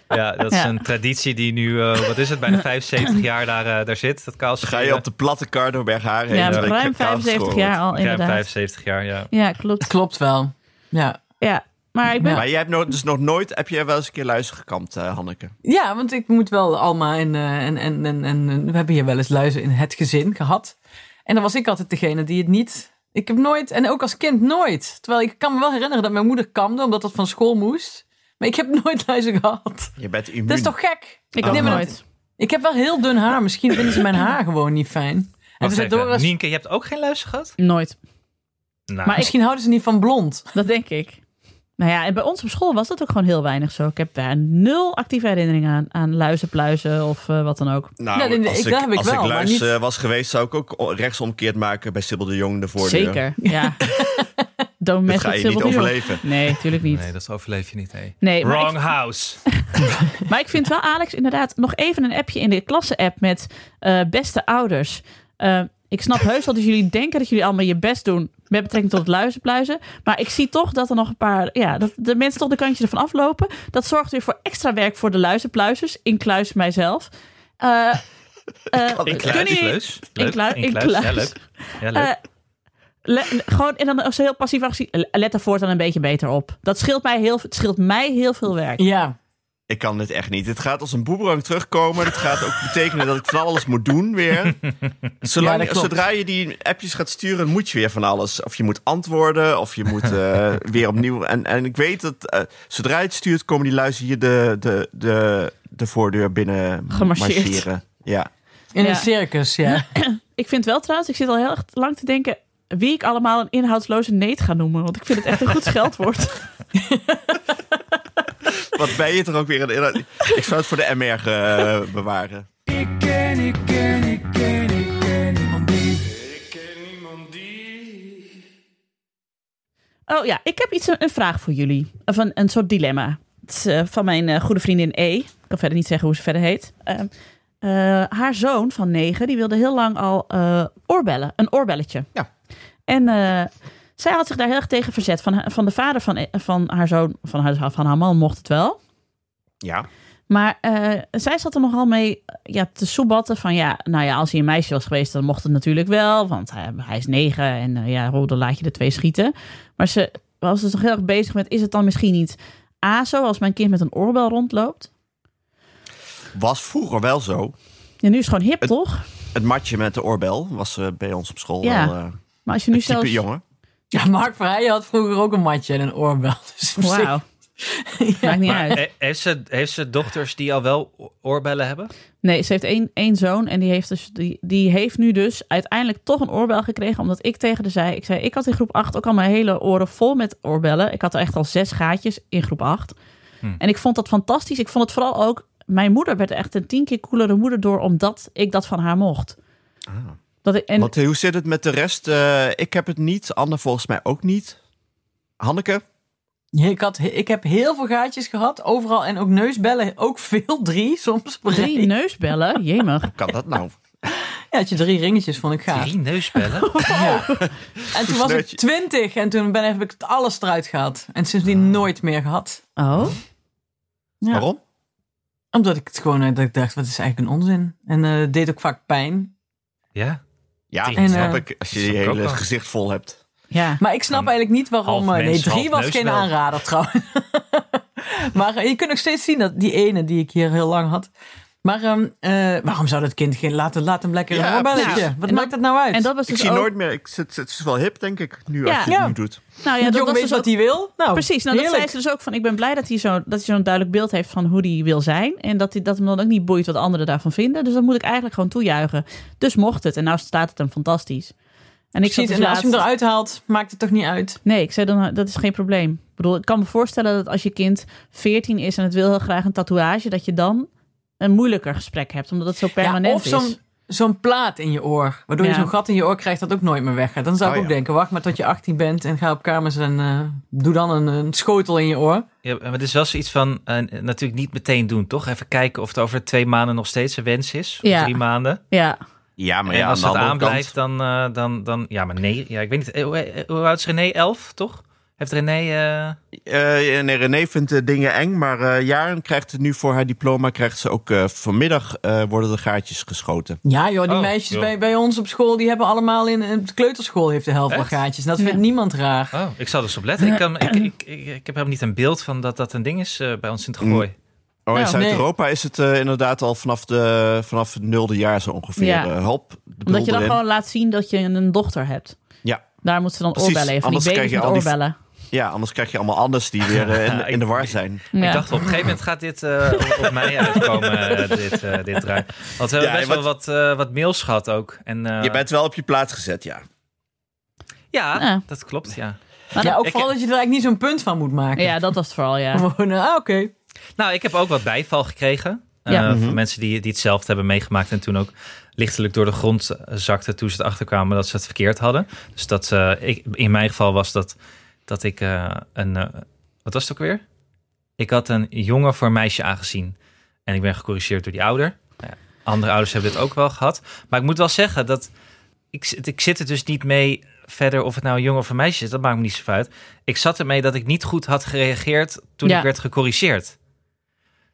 Speaker 4: Ja, dat is
Speaker 3: Ja.
Speaker 4: een traditie die nu, eh, wat is
Speaker 3: (laughs)
Speaker 4: het, bijna 75 jaar daar, eh, daar zit. Dat kaal
Speaker 1: Dan ga je op de platte kar door Bergharen heen.
Speaker 3: Ja,
Speaker 1: dan ben je
Speaker 3: ruim
Speaker 1: kaal
Speaker 3: 75
Speaker 1: geschoren.
Speaker 3: jaar al,
Speaker 4: Ja,
Speaker 3: inderdaad.
Speaker 4: 75 jaar, ja.
Speaker 3: Ja, klopt.
Speaker 2: Dat
Speaker 1: (laughs)
Speaker 2: klopt wel. Ja.
Speaker 3: Ja, maar ik ben...
Speaker 1: Maar jij hebt nooit- dus nog nooit, heb je wel eens een keer luizen gekampt, eh, Hanneke?
Speaker 2: ja, want ik moet wel Alma en, eh, en, en, en, en we hebben hier wel eens luizen in het gezin gehad. En dan was ik altijd degene die het niet... Ik heb nooit, en ook als kind nooit. Terwijl ik kan me wel herinneren dat mijn moeder kamde, omdat dat van school moest. Maar ik heb (laughs) nooit luizen gehad.
Speaker 1: Je bent immuun.
Speaker 2: Dat is toch gek?
Speaker 3: Ik ook
Speaker 2: neem het-
Speaker 3: nooit.
Speaker 2: Ik heb wel heel dun haar. Misschien vinden ze mijn haar gewoon niet fijn. En
Speaker 4: Wacht
Speaker 2: ze
Speaker 4: even,
Speaker 2: Doris,
Speaker 4: Nienke, je hebt ook geen luizen gehad?
Speaker 3: Nooit.
Speaker 4: Nou,
Speaker 3: Maar ik-
Speaker 1: (laughs)
Speaker 2: misschien houden ze niet van blond.
Speaker 3: Dat denk ik. Nou ja, en bij ons op school was dat ook gewoon heel weinig zo. Ik heb daar nul actieve herinneringen aan. Aan luizen, pluizen of eh, wat dan ook.
Speaker 1: Nou,
Speaker 2: Nee, nee, nee,
Speaker 1: als
Speaker 2: ik-
Speaker 1: ik,
Speaker 2: dat heb ik
Speaker 1: als
Speaker 2: wel, maar
Speaker 1: luis
Speaker 2: niet-
Speaker 1: eh, was geweest, zou ik ook o- rechtsomkeerd maken bij Sibyl de Jong de voordeur.
Speaker 3: Zeker,
Speaker 1: (laughs)
Speaker 3: ja. Don't
Speaker 1: Dat
Speaker 3: mess
Speaker 1: ga
Speaker 3: with
Speaker 1: je niet
Speaker 3: Civil War.
Speaker 1: overleven.
Speaker 3: Nee, natuurlijk niet.
Speaker 4: nee, dat overleef je niet, hé.
Speaker 3: Nee, maar
Speaker 4: Wrong
Speaker 3: ik, (laughs)
Speaker 4: house.
Speaker 3: maar ik vind wel, Alex, inderdaad nog even een appje in de klasse-app met eh, beste ouders. Eh, ik snap heus wel dat jullie denken dat jullie allemaal je best doen met betrekking tot het luizenpluizen. Maar ik zie toch dat er nog een paar, ja, dat de mensen toch de kantjes ervan aflopen. Dat zorgt weer voor extra werk voor de luizenpluizers, incluis mijzelf. Eh, eh,
Speaker 4: In kluis,
Speaker 3: kunnen jullie-
Speaker 4: leus. Leuk,
Speaker 3: In kluis,
Speaker 4: in
Speaker 3: in
Speaker 4: kluis.
Speaker 3: kluis.
Speaker 4: Ja, leuk. Ja, leuk.
Speaker 3: Eh, le- gewoon, en dan ook zo heel passief actie. Let daar voortaan een beetje beter op. Dat scheelt mij heel, het scheelt mij heel veel werk.
Speaker 2: Ja.
Speaker 1: Ik kan dit echt niet. Het gaat als een boemerang terugkomen. Het gaat ook betekenen dat ik van alles moet doen
Speaker 3: (laughs)
Speaker 1: weer. Zolang,
Speaker 2: Ja, dat klopt.
Speaker 1: zodra je die appjes gaat sturen, moet je weer van alles. Of je moet antwoorden, of je moet
Speaker 3: (laughs)
Speaker 1: eh, weer opnieuw. En, en ik weet dat eh, zodra je het stuurt, komen die luizen hier de, de, de, de voordeur binnen
Speaker 3: Gemarcheerd.
Speaker 1: marcheren. Ja.
Speaker 2: In
Speaker 3: Ja.
Speaker 2: een
Speaker 3: (laughs)
Speaker 2: circus, ja.
Speaker 3: Ik vind wel trouwens, ik zit al heel erg lang te denken wie ik allemaal een inhoudsloze neet ga noemen. Want ik vind het echt een goed scheldwoord.
Speaker 1: Wat ben je er ook weer in? Ik zou het voor de MR eh, bewaren.
Speaker 5: Ik ken, ik ken, ik ken, ik ken niemand die. Ik ken niemand die.
Speaker 3: Oh ja, ik heb iets, een vraag voor jullie. Of een, een soort dilemma. Het is eh, van mijn eh, goede vriendin E. Ik kan verder niet zeggen hoe ze verder heet. Ehm, eh, haar zoon van negen, die wilde heel lang al eh, oorbellen. Een oorbelletje.
Speaker 1: Ja.
Speaker 3: En eh, zij had zich daar heel erg tegen verzet. Van, haar- van de vader van, E- van haar zoon, van haar, van haar man mocht het wel.
Speaker 1: Ja.
Speaker 3: Maar eh, zij zat er nogal mee eh, ja, te soebatten van ja, nou ja, als hij een meisje was geweest, dan mocht het natuurlijk wel, want hij, hij is negen en eh, ja, hoe, dan laat je de twee schieten. Maar ze was dus nog heel erg bezig met, is het dan misschien niet A zo als mijn kind met een oorbel rondloopt?
Speaker 1: Was vroeger wel zo.
Speaker 3: Ja, nu is het gewoon hip,
Speaker 1: Het-
Speaker 3: toch?
Speaker 1: Het matje met de oorbel was eh, bij ons op school
Speaker 3: Ja.
Speaker 1: wel eh, een
Speaker 3: Maar als je nu
Speaker 1: type
Speaker 3: zelfs...
Speaker 1: jongen.
Speaker 2: Ja, Mark Verheijen had vroeger ook een matje en een oorbel. (laughs) Dus op zich-
Speaker 3: Wauw. Maakt niet
Speaker 4: Maar
Speaker 3: uit.
Speaker 4: he- heeft, ze, heeft ze dochters die al wel o- oorbellen hebben?
Speaker 3: Nee, ze heeft één, één zoon en die heeft, dus, die, die heeft nu dus uiteindelijk toch een oorbel gekregen. Omdat ik tegen de zei, ik zei, ik had in groep 8 ook al mijn hele oren vol met oorbellen. Ik had er echt al zes gaatjes in groep 8. En ik vond dat fantastisch. Ik vond het vooral ook, mijn moeder werd er echt een tien keer coolere moeder door, omdat ik dat van haar mocht. Dat ik, en
Speaker 1: Want eh, hoe zit het met de rest? Eh, ik heb het niet. Anne volgens mij ook niet. Hanneke?
Speaker 2: Ja, ik, had, ik heb heel veel gaatjes gehad, overal. En ook neusbellen, ook veel, (laughs) drie soms.
Speaker 1: (laughs)
Speaker 3: drie neusbellen, jemig.
Speaker 1: Kan dat nou?
Speaker 2: Ja, had je drie ringetjes, vond ik gaaf.
Speaker 4: Drie neusbellen?
Speaker 3: (laughs)
Speaker 2: Ja. En toen was ik
Speaker 1: Sneutje.
Speaker 2: twintig en toen ben, heb ik het alles eruit gehad. En sindsdien nooit meer gehad.
Speaker 3: Oh,
Speaker 2: Ja.
Speaker 1: Waarom?
Speaker 2: Omdat ik het gewoon eh, dat ik dacht, wat is eigenlijk een onzin. En eh, het deed ook vaak pijn.
Speaker 4: ja.
Speaker 1: Ja,
Speaker 4: En,
Speaker 1: dat snap
Speaker 2: eh,
Speaker 1: ik. Als je je
Speaker 4: snap ik ook
Speaker 1: hele
Speaker 4: wel.
Speaker 1: gezicht vol hebt.
Speaker 3: ja.
Speaker 2: Maar ik snap
Speaker 4: Een
Speaker 2: eigenlijk niet waarom...
Speaker 4: half
Speaker 2: eh, nee,
Speaker 4: mens,
Speaker 2: drie
Speaker 4: half
Speaker 2: was
Speaker 4: neus
Speaker 2: geen
Speaker 4: wel.
Speaker 2: aanrader trouwens. (laughs) maar eh, je kunt nog steeds zien dat die ene die ik hier heel lang had... Maar ehm, eh, waarom zou dat kind geen laten? Laat hem lekker
Speaker 1: Ja,
Speaker 2: een oorbelletje.
Speaker 1: precies.
Speaker 2: Wat
Speaker 3: En
Speaker 2: maakt dat nou uit?
Speaker 3: En dat was
Speaker 1: Ik
Speaker 3: dus
Speaker 1: zie
Speaker 3: ook,
Speaker 1: nooit meer. Ik, het, het is wel hip, denk ik. Nu
Speaker 3: Ja.
Speaker 1: als je het
Speaker 2: Ja.
Speaker 1: nu doet.
Speaker 3: nou ja,
Speaker 2: dat
Speaker 3: dat,
Speaker 2: jongen
Speaker 3: was
Speaker 2: weet
Speaker 3: dus ook-
Speaker 2: wat hij wil. Nou,
Speaker 3: Precies, nou dat
Speaker 2: heerlijk.
Speaker 3: zei ze dus ook van, ik ben blij dat hij zo'n dat hij zo'n duidelijk beeld heeft van hoe hij wil zijn. En dat, hij, dat hem dan ook niet boeit wat anderen daarvan vinden. Dus dat moet ik eigenlijk gewoon toejuichen. Dus mocht het. En nou staat het hem fantastisch. En ik zat
Speaker 2: Precies,
Speaker 3: dus
Speaker 2: en als je hem
Speaker 3: laatst-
Speaker 2: eruit haalt, maakt het toch niet uit.
Speaker 3: Nee, ik zei dan, dat is geen probleem. Ik bedoel, ik kan me voorstellen dat als je kind 14 is en het wil heel graag een tatoeage, dat je dan een moeilijker gesprek hebt, omdat het zo permanent
Speaker 2: of zo'n
Speaker 3: is.
Speaker 2: zo'n plaat in je oor. Waardoor je
Speaker 3: Ja.
Speaker 2: zo'n gat in je oor krijgt dat ook nooit meer weggaat. Dan zou
Speaker 1: Oh,
Speaker 2: ik ook
Speaker 1: ja.
Speaker 2: denken, wacht maar tot je 18 bent en ga op kamers en eh, doe dan een, een schotel in je oor.
Speaker 4: Ja, maar het is wel zoiets van, eh, natuurlijk niet meteen doen, toch? Even kijken of het over twee maanden nog steeds een wens is. Of
Speaker 3: Ja.
Speaker 4: drie maanden.
Speaker 3: Ja,
Speaker 1: Ja, maar ja,
Speaker 4: en
Speaker 1: aan
Speaker 4: als
Speaker 1: de
Speaker 4: dat
Speaker 1: andere
Speaker 4: aan
Speaker 1: kant-
Speaker 4: blijft, dan, eh, dan, dan... Ja, maar nee. Ja, ik weet niet. eh, Hoe, eh, hoe oud is René? Elf, toch? Heeft René... eh,
Speaker 1: Eh, nee, René vindt de dingen eng, maar eh, Jaren krijgt het nu voor haar diploma. Krijgt ze ook eh, vanmiddag eh, worden de gaatjes geschoten.
Speaker 2: Ja joh, die
Speaker 4: Oh,
Speaker 2: meisjes
Speaker 4: joh.
Speaker 2: Bij, bij ons op school, die hebben allemaal in, in de kleuterschool heeft de helft wel
Speaker 4: Echt?
Speaker 2: gaatjes. En dat
Speaker 3: Ja.
Speaker 2: vindt niemand raar.
Speaker 4: Oh, ik zal dus op letten. Ik, kan, ik, ik, ik, ik heb helemaal niet een beeld van dat dat een ding is eh, bij ons in het gooi.
Speaker 1: Oh, in
Speaker 3: Nou,
Speaker 1: Zuid-Europa is het eh, inderdaad al vanaf, de, vanaf het nulde jaar zo ongeveer.
Speaker 3: Ja.
Speaker 1: Eh, hop, de boel
Speaker 3: omdat je dan
Speaker 1: erin.
Speaker 3: gewoon laat zien dat je een dochter hebt.
Speaker 1: Ja.
Speaker 3: Daar moeten ze dan
Speaker 1: Precies,
Speaker 3: oorbellen even.
Speaker 1: anders
Speaker 3: die baby's
Speaker 1: krijg
Speaker 3: met
Speaker 1: je al die-
Speaker 3: oorbellen.
Speaker 1: Ja, anders krijg je allemaal anders die weer eh, (laughs) in, in de war zijn.
Speaker 3: Ja.
Speaker 4: Ik dacht op een gegeven moment gaat dit eh, op, op mij uitkomen,
Speaker 3: (laughs)
Speaker 4: eh, dit, eh, dit draai. Want we hebben
Speaker 1: Ja,
Speaker 4: best
Speaker 1: wat-
Speaker 4: wel wat, eh, wat mails gehad ook. En, eh,
Speaker 1: Je bent wel op je plaats gezet, ja.
Speaker 4: Ja,
Speaker 3: Ja.
Speaker 4: dat klopt, ja.
Speaker 3: Maar
Speaker 2: Ja,
Speaker 3: dan-
Speaker 2: ook
Speaker 4: Ik-
Speaker 2: vooral dat je er eigenlijk niet zo'n punt van moet maken.
Speaker 3: ja, dat was het vooral,
Speaker 2: (laughs)
Speaker 3: ja.
Speaker 2: Gewoon, eh, ah oké.
Speaker 4: Nou, ik heb ook wat bijval gekregen. eh,
Speaker 3: Ja.
Speaker 4: Van mensen die, die hetzelfde hebben meegemaakt en toen ook lichtelijk door de grond eh, zakten toen ze erachter kwamen dat ze het verkeerd hadden. Dus dat, eh, ik, in mijn geval was dat dat ik eh, een, eh, wat was het ook weer? Ik had een jongen voor een meisje aangezien en ik ben gecorrigeerd door die ouder. Nou ja, Andere ouders hebben dit ook wel gehad. Maar ik moet wel zeggen dat ik, zit- ik zit er dus niet mee verder of het nou een jongen of een meisje is. Dat maakt me niet zo uit. Ik zat ermee dat ik niet goed had gereageerd toen
Speaker 3: Ja.
Speaker 4: ik werd gecorrigeerd.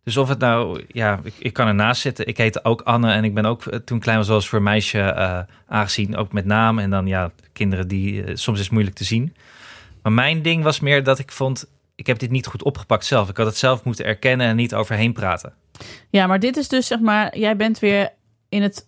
Speaker 4: Dus of het nou, ja, ik, ik kan ernaast zitten. Ik heette ook Anne en ik ben ook eh, toen ik klein was, zoals voor een meisje eh, aangezien, ook met naam. En dan ja, kinderen die eh, soms is het moeilijk te zien. Maar mijn ding was meer dat ik vond, ik heb dit niet goed opgepakt zelf. Ik had het zelf moeten erkennen en niet overheen praten.
Speaker 3: Ja, maar dit is dus zeg maar, jij bent weer in het.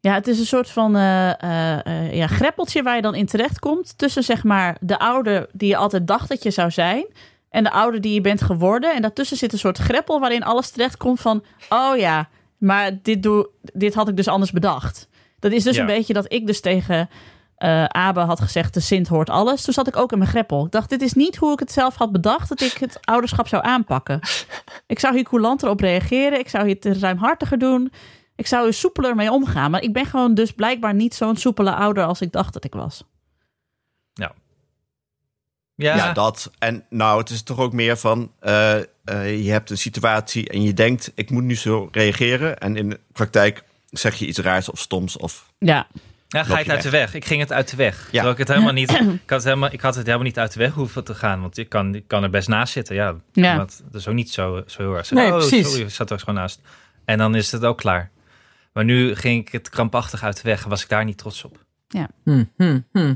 Speaker 3: Ja, het is een soort van eh, eh, eh, ja, greppeltje waar je dan in terechtkomt. Tussen zeg maar de ouder die je altijd dacht dat je zou zijn. En de ouder die je bent geworden. En daartussen zit een soort greppel waarin alles terechtkomt van. Oh ja, maar dit, doe, dit had ik dus anders bedacht. Dat is dus
Speaker 4: Ja.
Speaker 3: een beetje dat ik dus tegen eh Abe had gezegd: de Sint hoort alles. Toen zat ik ook in mijn greppel. Ik dacht: dit is niet hoe ik het zelf had bedacht dat ik het ouderschap zou aanpakken. Ik zou hier coulanter op reageren. Ik zou hier te ruimhartiger doen. Ik zou hier soepeler mee omgaan. Maar ik ben gewoon dus blijkbaar niet zo'n soepele ouder als ik dacht dat ik was.
Speaker 4: Ja,
Speaker 1: Ja, dat. En nou, het is toch ook meer van... eh, eh, je hebt een situatie en je denkt... ik moet nu zo reageren. En in de praktijk zeg je iets raars of stoms. Of,
Speaker 3: Ja,
Speaker 4: Ja,
Speaker 1: Loop
Speaker 4: ga je het
Speaker 1: je
Speaker 4: uit de weg. Ik ging het uit de weg. Terwijl ik het helemaal
Speaker 3: (clears throat)
Speaker 4: niet. Ik had het helemaal, ik had het helemaal niet uit de weg hoeven te gaan. Want ik kan, ik kan er best naast zitten. Ja,
Speaker 3: Ja.
Speaker 4: Want dat is ook niet zo, zo heel erg. Zo,
Speaker 2: Nee,
Speaker 4: oh,
Speaker 2: precies.
Speaker 4: Sorry, ik zat er gewoon naast. En dan is het ook klaar. Maar nu ging ik het krampachtig uit de weg. En was ik daar niet trots op.
Speaker 2: Hm, hm, hm.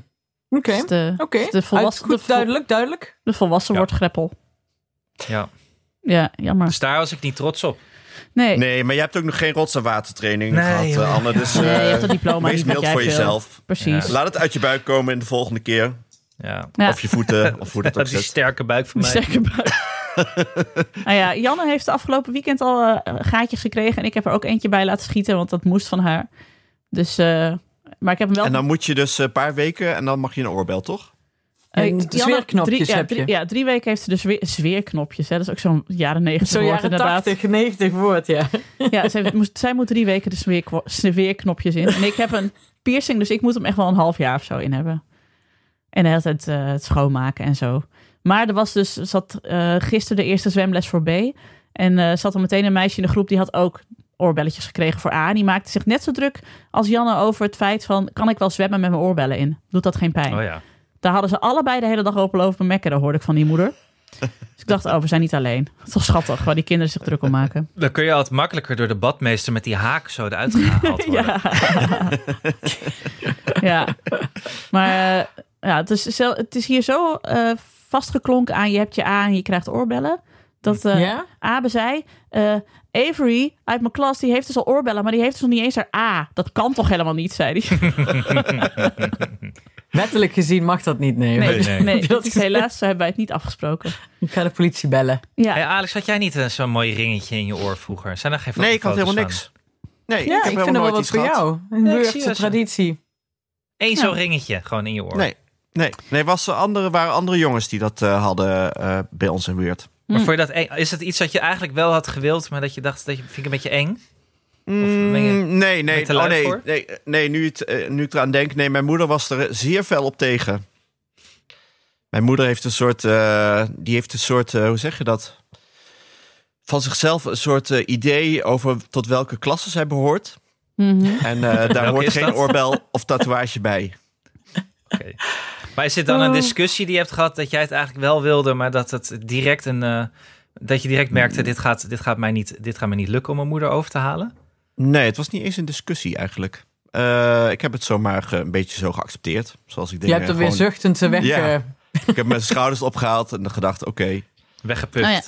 Speaker 2: Oké,
Speaker 3: dus de,
Speaker 2: oké.
Speaker 3: dus de
Speaker 2: Uit-
Speaker 3: volwassen, de
Speaker 2: Goed,
Speaker 3: vol-
Speaker 2: duidelijk, duidelijk.
Speaker 3: de volwassen
Speaker 4: Ja.
Speaker 3: wordt greppel.
Speaker 4: Ja.
Speaker 3: Ja, jammer.
Speaker 4: Dus daar was ik niet trots op.
Speaker 3: Nee,
Speaker 1: nee, maar je hebt ook nog geen rots- en watertraining
Speaker 4: Nee,
Speaker 1: gehad,
Speaker 4: joh.
Speaker 1: eh, Anne. Dus
Speaker 3: Nee, je
Speaker 1: eh,
Speaker 3: hebt dat diploma
Speaker 1: wees
Speaker 3: niet dat
Speaker 1: mild
Speaker 3: jij
Speaker 1: voor
Speaker 3: veel.
Speaker 1: jezelf.
Speaker 3: precies.
Speaker 4: Ja.
Speaker 1: Laat het uit je buik komen in de volgende keer.
Speaker 4: Ja.
Speaker 3: Ja.
Speaker 1: Of je voeten, of hoe dat ook
Speaker 4: Dat die
Speaker 1: zit.
Speaker 4: sterke buik van mij.
Speaker 3: Sterke
Speaker 1: (laughs)
Speaker 3: buik. nou ja, Janne heeft de afgelopen weekend al eh, gaatjes gekregen. En ik heb er ook eentje bij laten schieten, want dat moest van haar. Dus, eh, maar ik heb hem wel...
Speaker 1: En dan moet je dus een paar weken en dan mag je een oorbel, toch?
Speaker 3: eh,
Speaker 2: En de zweerknopjes
Speaker 3: drie, ja,
Speaker 2: heb je.
Speaker 3: drie- ja, drie weken heeft ze dus weer zweerknopjes. Hè. Dat is ook zo'n jaren negentig
Speaker 2: Zo
Speaker 3: woord
Speaker 2: jaren
Speaker 3: inderdaad.
Speaker 2: 80, 90 woord, ja.
Speaker 3: Ja, zij moest, zij moet drie weken de smeerkwo- smeerknopjes in. En ik heb een piercing, dus ik moet hem echt wel een half jaar of zo in hebben. En de hele tijd eh, het schoonmaken en zo. Maar er was dus, zat eh gisteren de eerste zwemles voor B. En eh zat er meteen een meisje in de groep die had ook oorbelletjes gekregen voor A. En die maakte zich net zo druk als Janne over het feit van... kan ik wel zwemmen met mijn oorbellen in? Doet dat geen pijn?
Speaker 4: Oh ja.
Speaker 3: Daar hadden ze allebei de hele dag open lopen mekkeren, hoorde ik van die
Speaker 4: (laughs)
Speaker 3: moeder. Dus ik dacht, oh, we zijn niet alleen. Het is toch schattig waar die kinderen zich druk om maken.
Speaker 4: Dan kun je altijd makkelijker door de badmeester met die haak zo eruit gehaald worden.
Speaker 3: (laughs) Ja. (laughs) ja. Maar eh, ja, het, is, zo- het is hier zo eh, vastgeklonken aan je hebt je A en je krijgt oorbellen. Dat eh
Speaker 2: ja?
Speaker 3: Abe zei, eh, Avery uit mijn klas, die heeft dus al oorbellen, maar die heeft dus nog niet eens haar A. Dat kan toch helemaal niet, (laughs) zei hij.
Speaker 2: Wettelijk gezien mag dat niet, nee.
Speaker 3: Nee,
Speaker 4: nee.
Speaker 3: nee, (laughs) dat is helaas, zo hebben wij het niet afgesproken.
Speaker 2: (laughs) Ik ga de politie bellen.
Speaker 3: Ja,
Speaker 4: Hey Alex, had jij niet eh, zo'n mooi ringetje in je oor vroeger? Zijn er geen
Speaker 1: Nee, ik had
Speaker 4: foto's
Speaker 1: helemaal
Speaker 4: van?
Speaker 1: niks. Nee,
Speaker 2: Ja,
Speaker 1: ik
Speaker 2: ik,
Speaker 1: heb
Speaker 2: vind er
Speaker 1: helemaal nooit
Speaker 2: wel wat
Speaker 1: iets
Speaker 2: voor
Speaker 1: gehad.
Speaker 2: jou. Een
Speaker 4: Ja, ik
Speaker 2: Burgse
Speaker 4: zie dat zo.
Speaker 2: traditie.
Speaker 4: Eén zo'n ringetje gewoon in je oor.
Speaker 1: Nee, nee. nee was er andere, waren andere jongens die dat eh, hadden eh, bij ons in buurt.
Speaker 2: Mm.
Speaker 4: Maar voor dat, e- is het iets dat je eigenlijk wel had gewild, maar dat je dacht dat je, vind ik een beetje eng?
Speaker 1: Mm,
Speaker 4: ben je-
Speaker 1: Nee, nee,
Speaker 4: Met de
Speaker 1: oh,
Speaker 4: luid
Speaker 1: nee,
Speaker 4: voor?
Speaker 1: nee, nee nu, het, eh, nu ik eraan denk. Nee, mijn moeder was er zeer fel op tegen. Mijn moeder heeft een soort, eh, die heeft een soort, eh, hoe zeg je dat? Van zichzelf een soort eh, idee over tot welke klasse zij behoort.
Speaker 3: Mhm.
Speaker 1: En eh, daar hoort
Speaker 4: is
Speaker 1: geen
Speaker 4: dat?
Speaker 1: oorbel of tatoeage bij.
Speaker 4: Oké. Maar is dit dan
Speaker 2: Oh.
Speaker 4: een discussie die je hebt gehad dat jij het eigenlijk wel wilde, maar dat het direct een. eh, dat je direct merkte, dit gaat, dit, gaat mij niet, dit gaat mij niet lukken om mijn moeder over te halen?
Speaker 1: Nee, het was niet eens een discussie eigenlijk. Eh, ik heb het zomaar eh, een beetje zo geaccepteerd. Zoals ik denk.
Speaker 2: Je hebt er weer zuchtend te weg.
Speaker 1: Ja.
Speaker 2: eh,
Speaker 1: Ik heb mijn schouders opgehaald en gedacht, oké.
Speaker 4: Weggepukt.
Speaker 3: Oh ja.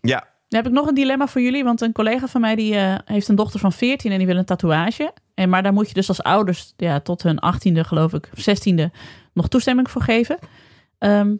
Speaker 1: Ja,
Speaker 3: Dan heb ik nog een dilemma voor jullie. Want een collega van mij die, eh, heeft een dochter van 14 en die wil een tatoeage. En, maar daar moet je dus als ouders ja, tot hun 18e, geloof ik, of 16e, nog toestemming voor geven. Ehm,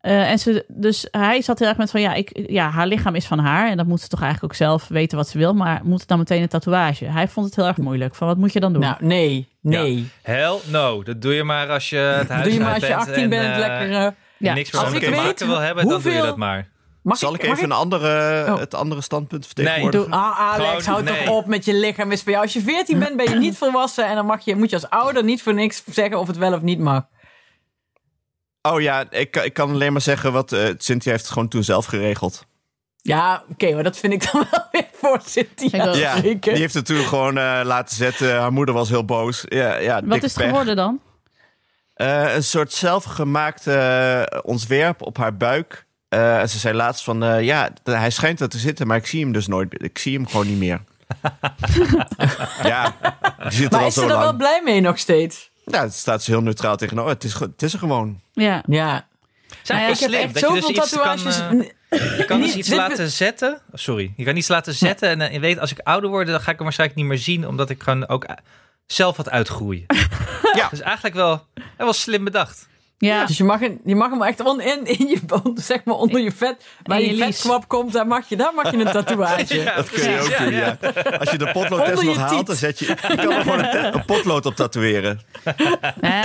Speaker 3: eh, en ze, dus hij zat heel erg met van ja, ik, ja, haar lichaam is van haar. En dat moet ze toch eigenlijk ook zelf weten wat ze wil. Maar moet het dan meteen een tatoeage? Hij vond het heel erg moeilijk. Van wat moet je dan doen?
Speaker 2: Nou, nee, nee.
Speaker 4: Hell no. Dat doe je maar als je het huis
Speaker 2: Doe je maar
Speaker 4: uit
Speaker 2: als je 18 bent,
Speaker 4: en, eh,
Speaker 2: lekker... eh,
Speaker 3: Ja.
Speaker 4: niks meer
Speaker 1: Als
Speaker 4: aan
Speaker 1: ik
Speaker 4: te
Speaker 1: weet
Speaker 4: maken wil hebben, dan doe je
Speaker 2: hoeveel-
Speaker 4: dat maar.
Speaker 2: mag
Speaker 1: zal ik
Speaker 2: mag
Speaker 1: even een andere,
Speaker 2: Oh.
Speaker 1: het andere standpunt
Speaker 4: Nee,
Speaker 1: vertegenwoordigen?
Speaker 2: Doe, ah, Alex,
Speaker 4: Gewoon
Speaker 2: houd
Speaker 4: nee.
Speaker 2: toch op met je lichaam. Is voor jou. Als je 14 bent, ben je niet volwassen. En dan mag je, moet je als ouder niet voor niks zeggen of het wel of niet mag.
Speaker 1: Oh ja, ik, ik kan alleen maar zeggen wat eh Cynthia heeft het gewoon toen zelf geregeld.
Speaker 2: Ja, oké, maar dat vind ik dan wel weer voor
Speaker 3: Vind ik
Speaker 2: Cynthia
Speaker 3: wel.
Speaker 1: Ja,
Speaker 2: spreken.
Speaker 1: die heeft het toen gewoon eh, laten zetten. Haar moeder was heel boos. Ja, ja,
Speaker 3: Wat
Speaker 1: dikke
Speaker 3: is het
Speaker 1: pech.
Speaker 3: geworden dan?
Speaker 1: Eh, een soort zelfgemaakte eh, ontwerp op haar buik. Eh, en ze zei laatst van, eh, ja, d- hij schijnt er te zitten, maar ik zie hem dus nooit. Ik zie hem gewoon niet
Speaker 2: (laughs)
Speaker 1: meer. ja, die zit er
Speaker 2: Maar
Speaker 1: al
Speaker 2: is ze
Speaker 1: zo
Speaker 2: er wel
Speaker 1: lang.
Speaker 2: blij mee nog steeds?
Speaker 1: Ja, het staat ze heel neutraal tegenover. Het is, ge- het is er gewoon.
Speaker 3: Ja.
Speaker 2: Nou Ja.
Speaker 4: Zijn
Speaker 2: ik heb
Speaker 4: slim,
Speaker 2: echt
Speaker 4: dat je
Speaker 2: zoveel
Speaker 4: dus iets kan,
Speaker 2: tatoeages.
Speaker 4: eh, Je kan dus
Speaker 2: Niet-
Speaker 4: iets
Speaker 2: dit-
Speaker 4: laten zetten. Oh, Sorry, je kan iets laten zetten. En eh, je weet, als ik ouder word, dan ga ik hem waarschijnlijk niet meer zien. Omdat ik gewoon ook eh, zelf wat
Speaker 2: (laughs)
Speaker 4: uitgroeien.
Speaker 1: Ja.
Speaker 4: Dus eigenlijk wel, eh, wel slim bedacht.
Speaker 3: Ja.
Speaker 2: Dus je mag, hem- je mag hem echt on, in, in je, on- zeg maar onder je vet. Waar
Speaker 3: In je
Speaker 2: je,
Speaker 3: lies.
Speaker 2: vetkwap komt, daar mag je, daar mag je een tatoeage.
Speaker 1: Dat kun je
Speaker 4: precies,
Speaker 1: ook
Speaker 4: ja,
Speaker 1: doen,
Speaker 4: ja.
Speaker 1: ja. Als je de potloodtest
Speaker 2: Onder
Speaker 1: nog
Speaker 2: je
Speaker 1: haalt,
Speaker 2: tiet.
Speaker 1: dan zet je... Je kan er gewoon een, te- een potlood op tatoeëren.
Speaker 2: (laughs)
Speaker 3: Nou ja,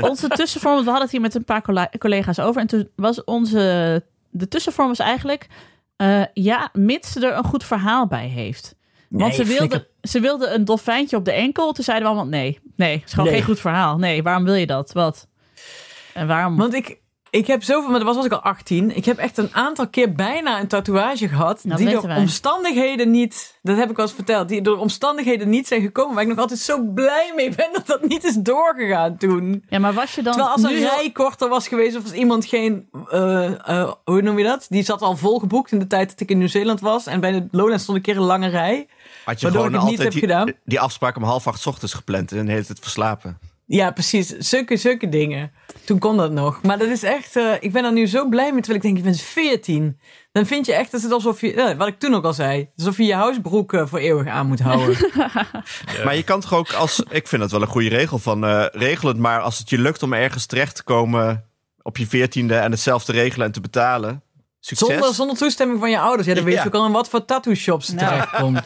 Speaker 3: onze tussenvorm, want we hadden het hier met een paar colla- collega's over. En toen was onze. De tussenvorm was eigenlijk. eh, ja, mits ze er een goed verhaal bij heeft. Want
Speaker 2: Nee,
Speaker 3: ze, wilde,
Speaker 2: flikker.
Speaker 3: ze wilde een dolfijntje op de enkel. Toen zeiden we allemaal: nee, nee, het is gewoon
Speaker 2: Nee.
Speaker 3: geen goed verhaal. Nee, waarom wil je dat? Wat? En waarom?
Speaker 2: Want ik, ik heb zoveel, maar dat was als ik al 18. Ik heb echt een aantal keer bijna een tatoeage gehad.
Speaker 3: Nou, Dat
Speaker 2: die
Speaker 3: weten
Speaker 2: door
Speaker 3: wij.
Speaker 2: omstandigheden niet, dat heb ik wel eens verteld, die door omstandigheden niet zijn gekomen. Waar ik nog altijd zo blij mee ben dat dat niet is doorgegaan toen.
Speaker 3: ja, maar was je dan.
Speaker 2: Terwijl als een
Speaker 3: nu heel-
Speaker 2: rij korter was geweest of als iemand geen, eh, eh, hoe noem je dat? Die zat al volgeboekt in de tijd dat ik in Nieuw-Zeeland was. En bij de Lowlands stond een keer een lange rij.
Speaker 1: Had je
Speaker 2: Waardoor
Speaker 1: gewoon
Speaker 2: ik het niet
Speaker 1: altijd
Speaker 2: heb
Speaker 1: die,
Speaker 2: gedaan.
Speaker 1: die afspraak om half acht 's ochtends gepland en de hele tijd verslapen.
Speaker 2: Ja, precies. Zulke, zulke dingen. Toen kon dat nog. Maar dat is echt... eh, ik ben er nu zo blij mee. Terwijl ik denk, je bent 14. Dan vind je echt dat het alsof je... eh, wat ik toen ook al zei. Alsof je je housebroek eh, voor eeuwig aan moet houden.
Speaker 1: (laughs) Maar je kan toch ook als... (laughs) Ik vind dat wel een goede regel van... eh, regel het maar als het je lukt om ergens terecht te komen op je veertiende... en het zelf te regelen en te betalen. Succes.
Speaker 2: zonder, zonder toestemming van je ouders. Ja, dan weet je
Speaker 1: Ja.
Speaker 2: ook al in wat voor tattoo shops het
Speaker 3: Nou.
Speaker 2: terechtkomt.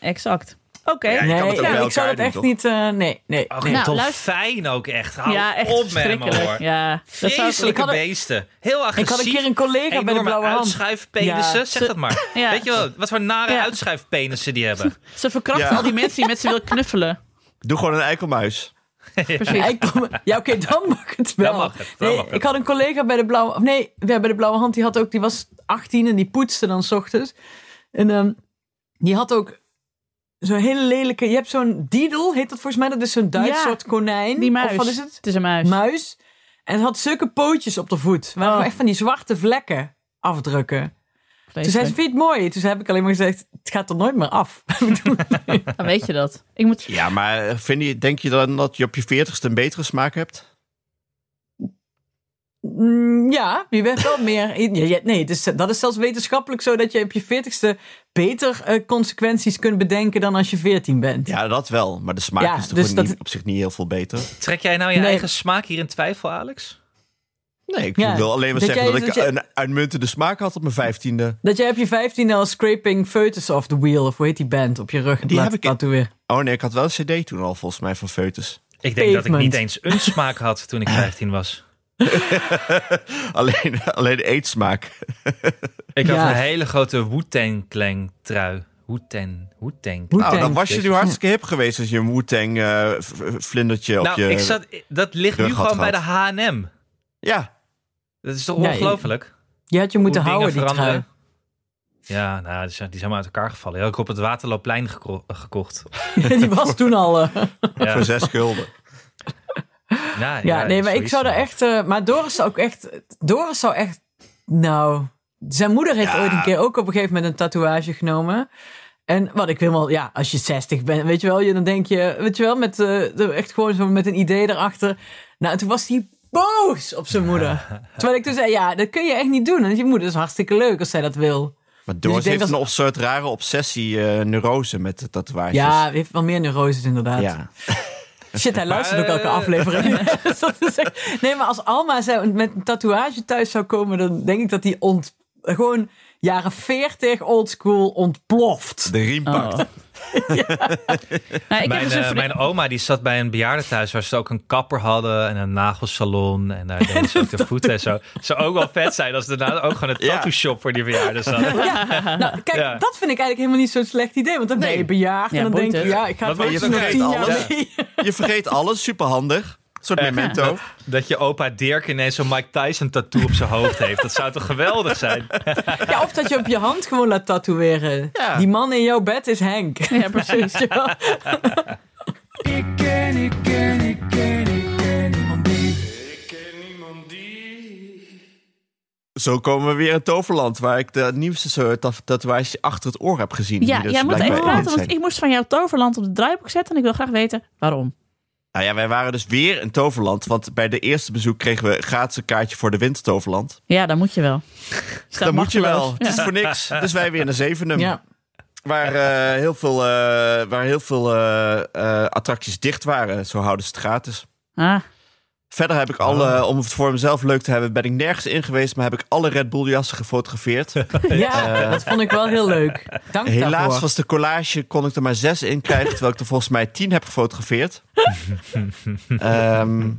Speaker 3: Exact. Oké.
Speaker 1: Ja, je kan het ook bij
Speaker 2: ik
Speaker 1: elkaar
Speaker 2: zou dat
Speaker 1: doen,
Speaker 2: echt
Speaker 1: toch?
Speaker 2: niet... eh, nee, nee.
Speaker 4: Ook
Speaker 3: Nou,
Speaker 4: een
Speaker 3: luister-
Speaker 4: dolfijn ook echt. Hou
Speaker 3: Ja, echt
Speaker 4: op met hem
Speaker 3: verschrikkelijk.
Speaker 4: hoor.
Speaker 3: ja, dat zou ik-
Speaker 4: Vreselijke
Speaker 2: had een-
Speaker 4: beesten. Heel
Speaker 2: Ik had
Speaker 4: agressief.
Speaker 2: een keer een collega bij de
Speaker 4: Enorme
Speaker 2: Blauwe Hand.
Speaker 4: uitschuifpenissen.
Speaker 2: (laughs) Ja.
Speaker 4: Zeg dat maar.
Speaker 3: Ja.
Speaker 4: Weet je wel, wat voor nare
Speaker 3: Ja.
Speaker 4: uitschuifpenissen die
Speaker 2: (laughs)
Speaker 4: hebben.
Speaker 3: Ze verkrachten
Speaker 1: Ja.
Speaker 3: al die mensen die met ze wil knuffelen.
Speaker 4: (laughs)
Speaker 1: Doe gewoon een eikelmuis.
Speaker 3: Precies.
Speaker 2: Ja, ik- ja,
Speaker 4: (laughs)
Speaker 2: oké, dan mag het wel.
Speaker 4: Dan mag het, dan
Speaker 2: nee,
Speaker 4: mag het.
Speaker 2: Ik had een collega bij de Blauwe... Of nee, ja, bij de Blauwe Hand, die, had ook, die was 18 en die poetste dan 's ochtends. En ehm, die had ook zo'n hele lelijke... Je hebt zo'n diedel, heet dat volgens mij? Dat is zo'n Duits
Speaker 3: Ja,
Speaker 2: soort konijn.
Speaker 3: Die muis.
Speaker 2: Of wat is het?
Speaker 3: Het is een muis.
Speaker 2: Muis. En het had zulke pootjes op de voet. Waar
Speaker 3: Oh.
Speaker 2: echt van die zwarte vlekken afdrukken. Toen zei ze,
Speaker 3: Vreselijk.
Speaker 2: vind je het mooi? Toen heb ik alleen maar gezegd, het gaat er nooit meer af.
Speaker 3: Dan weet je dat. Ik moet,
Speaker 1: Ja, maar eh, vind je, denk je dan dat je op je veertigste een betere smaak hebt?
Speaker 2: Mm, Ja, je bent wel meer. ja, ja, nee, dus dat is zelfs wetenschappelijk zo dat je op je veertigste beter eh, consequenties kunt bedenken dan als je veertien bent.
Speaker 1: Ja, dat wel. Maar de smaak
Speaker 2: Ja,
Speaker 1: is toch
Speaker 2: dus
Speaker 1: niet-
Speaker 2: dat-
Speaker 1: op zich niet heel veel beter?
Speaker 4: Trek jij nou je
Speaker 2: Nee.
Speaker 4: eigen smaak hier in twijfel, Alex?
Speaker 1: Nee, ik
Speaker 2: Ja.
Speaker 1: wil alleen maar
Speaker 2: Dat
Speaker 1: zeggen
Speaker 2: jij-
Speaker 1: dat ik
Speaker 2: dat je-
Speaker 1: een uitmuntende smaak had op mijn vijftiende.
Speaker 2: Dat jij op je vijftiende al scraping fetus off the wheel, of hoe heet die band, op je rug hebt
Speaker 1: Die
Speaker 2: laten
Speaker 1: heb ik in-
Speaker 2: tatoeëren.
Speaker 1: Oh nee, ik had wel een cd toen al volgens mij van Foetus.
Speaker 4: Ik denk dat ik
Speaker 2: Pavement.
Speaker 4: niet eens een smaak had toen ik 15 was.
Speaker 1: Alleen, (laughs) alleen de eetsmaak.
Speaker 4: Ik
Speaker 2: Ja.
Speaker 4: had een hele grote Wu-Tang Clan trui. Wu-Tang. Wu-Tang.
Speaker 1: Nou,
Speaker 2: Wu-Tang.
Speaker 1: dan was je nu hartstikke hip geweest als je een Wu-Tang eh, v- v- vlindertje op
Speaker 4: Nou,
Speaker 1: je...
Speaker 4: ik zat, dat ligt nu
Speaker 1: rug had
Speaker 4: gewoon bij de
Speaker 1: gehad.
Speaker 4: H&M.
Speaker 1: Ja,
Speaker 4: Dat is toch
Speaker 2: Ja,
Speaker 4: ongelooflijk?
Speaker 2: Je had je
Speaker 4: Hoe
Speaker 2: moeten
Speaker 4: dingen
Speaker 2: houden, die
Speaker 4: veranderen.
Speaker 2: trui.
Speaker 4: Ja, nou, die zijn, die zijn maar uit elkaar gevallen. Die had ik op het Waterloopplein geko- gekocht.
Speaker 2: (laughs) die was toen al... eh,
Speaker 4: Ja,
Speaker 1: voor zes
Speaker 4: (laughs)
Speaker 1: gulden.
Speaker 4: nou,
Speaker 2: Ja, nee, maar ik
Speaker 4: zoiets.
Speaker 2: zou er echt... eh, maar Doris zou ook echt... Doris zou echt... Nou... Zijn moeder heeft
Speaker 1: Ja.
Speaker 2: ooit een keer ook op een gegeven moment een tatoeage genomen. En wat ik helemaal... Ja, als je 60 bent, weet je wel. Je, dan denk je... Weet je wel, met, eh, de- echt gewoon zo met een idee erachter. Nou, en toen was hij boos op zijn
Speaker 1: (laughs)
Speaker 2: moeder. Terwijl ik toen zei... Ja, dat kun je echt niet doen. En je moeder is hartstikke leuk als zij dat wil.
Speaker 1: Maar
Speaker 2: Dus ik
Speaker 1: Doris
Speaker 2: denk
Speaker 1: heeft
Speaker 2: dat-
Speaker 1: een op- soort rare obsessie, eh, neurose met de tatoeages.
Speaker 2: Ja, die heeft wel meer neuroses inderdaad.
Speaker 1: ja.
Speaker 2: Shit, hij luistert ook elke
Speaker 4: Eh.
Speaker 2: aflevering. (laughs) Dat is echt- nee, maar als Alma zou, met een tatoeage thuis zou komen, dan denk ik dat die ont, gewoon jaren 40 oldschool ontploft.
Speaker 1: De riem pakt.
Speaker 3: Oh. (laughs) nou, ik heb
Speaker 4: Mijn,
Speaker 3: dus een
Speaker 4: eh,
Speaker 3: vriend-
Speaker 4: mijn oma die zat bij een bejaardentehuis waar ze ook een kapper hadden en een nagelsalon. En daar deden ze
Speaker 2: (laughs)
Speaker 4: ook de voeten en zo. Zou ook wel vet zijn als ze daarna ook gewoon een
Speaker 1: Ja.
Speaker 4: tattoo shop voor die bejaarden
Speaker 2: (laughs)
Speaker 4: zat.
Speaker 2: Nou, kijk,
Speaker 4: Ja.
Speaker 2: dat vind ik eigenlijk helemaal niet zo'n slecht idee. Want dan ben je bejaard
Speaker 3: Ja,
Speaker 2: en dan
Speaker 3: boeit
Speaker 2: denk je,
Speaker 3: het.
Speaker 2: ja, ik ga
Speaker 4: Wat
Speaker 2: het
Speaker 4: ben
Speaker 2: wel
Speaker 4: je
Speaker 2: eens nog
Speaker 1: vergeten,
Speaker 2: tien jaar
Speaker 1: alles?
Speaker 2: mee.
Speaker 1: Je vergeet alles, superhandig. Een soort memento.
Speaker 4: Dat je opa Dirk ineens zo'n Mike Tyson tattoo op zijn hoofd heeft. Dat zou toch geweldig zijn?
Speaker 2: (laughs) Ja, of dat je op je hand gewoon laat tatoeëren.
Speaker 1: Ja.
Speaker 2: Die man in jouw bed is Henk.
Speaker 3: Ja, precies.
Speaker 2: (laughs) Weet je wel?
Speaker 5: Ik ken, ik ken, ik ken, ik ken niemand die. Ik ken niemand die.
Speaker 1: Zo komen we weer in Toverland, waar ik de nieuwste soort tat- tatoeage achter het oor heb gezien.
Speaker 3: Ja,
Speaker 1: die dus
Speaker 3: jij moet even
Speaker 1: blijkbaar in
Speaker 3: praten, want
Speaker 1: zijn.
Speaker 3: ik moest van jouw toverland op de draaiboek zetten. En ik wil graag weten waarom.
Speaker 1: Nou ja, wij waren dus weer in Toverland, want bij de eerste bezoek kregen we gratis een kaartje voor de Wintertoverland.
Speaker 3: Ja, dan moet je wel. Dus Staat
Speaker 1: Dat moet je wel,
Speaker 3: machteloos.
Speaker 1: het is voor (laughs) niks. Dus wij weer naar Zevenum.
Speaker 2: Ja.
Speaker 1: Waar eh, heel veel, eh, waar heel veel eh, eh, attracties dicht waren. Zo houden ze het gratis.
Speaker 3: Ah,
Speaker 1: Verder heb ik alle, om het voor mezelf leuk te hebben, ben ik nergens in geweest. Maar heb ik alle Red Bull jassen gefotografeerd.
Speaker 2: ja, dat vond ik wel heel leuk. Dank
Speaker 1: Helaas
Speaker 2: daarvoor.
Speaker 1: was de collage, kon ik er maar zes in krijgen. Terwijl ik er volgens mij tien heb gefotografeerd. Ehm,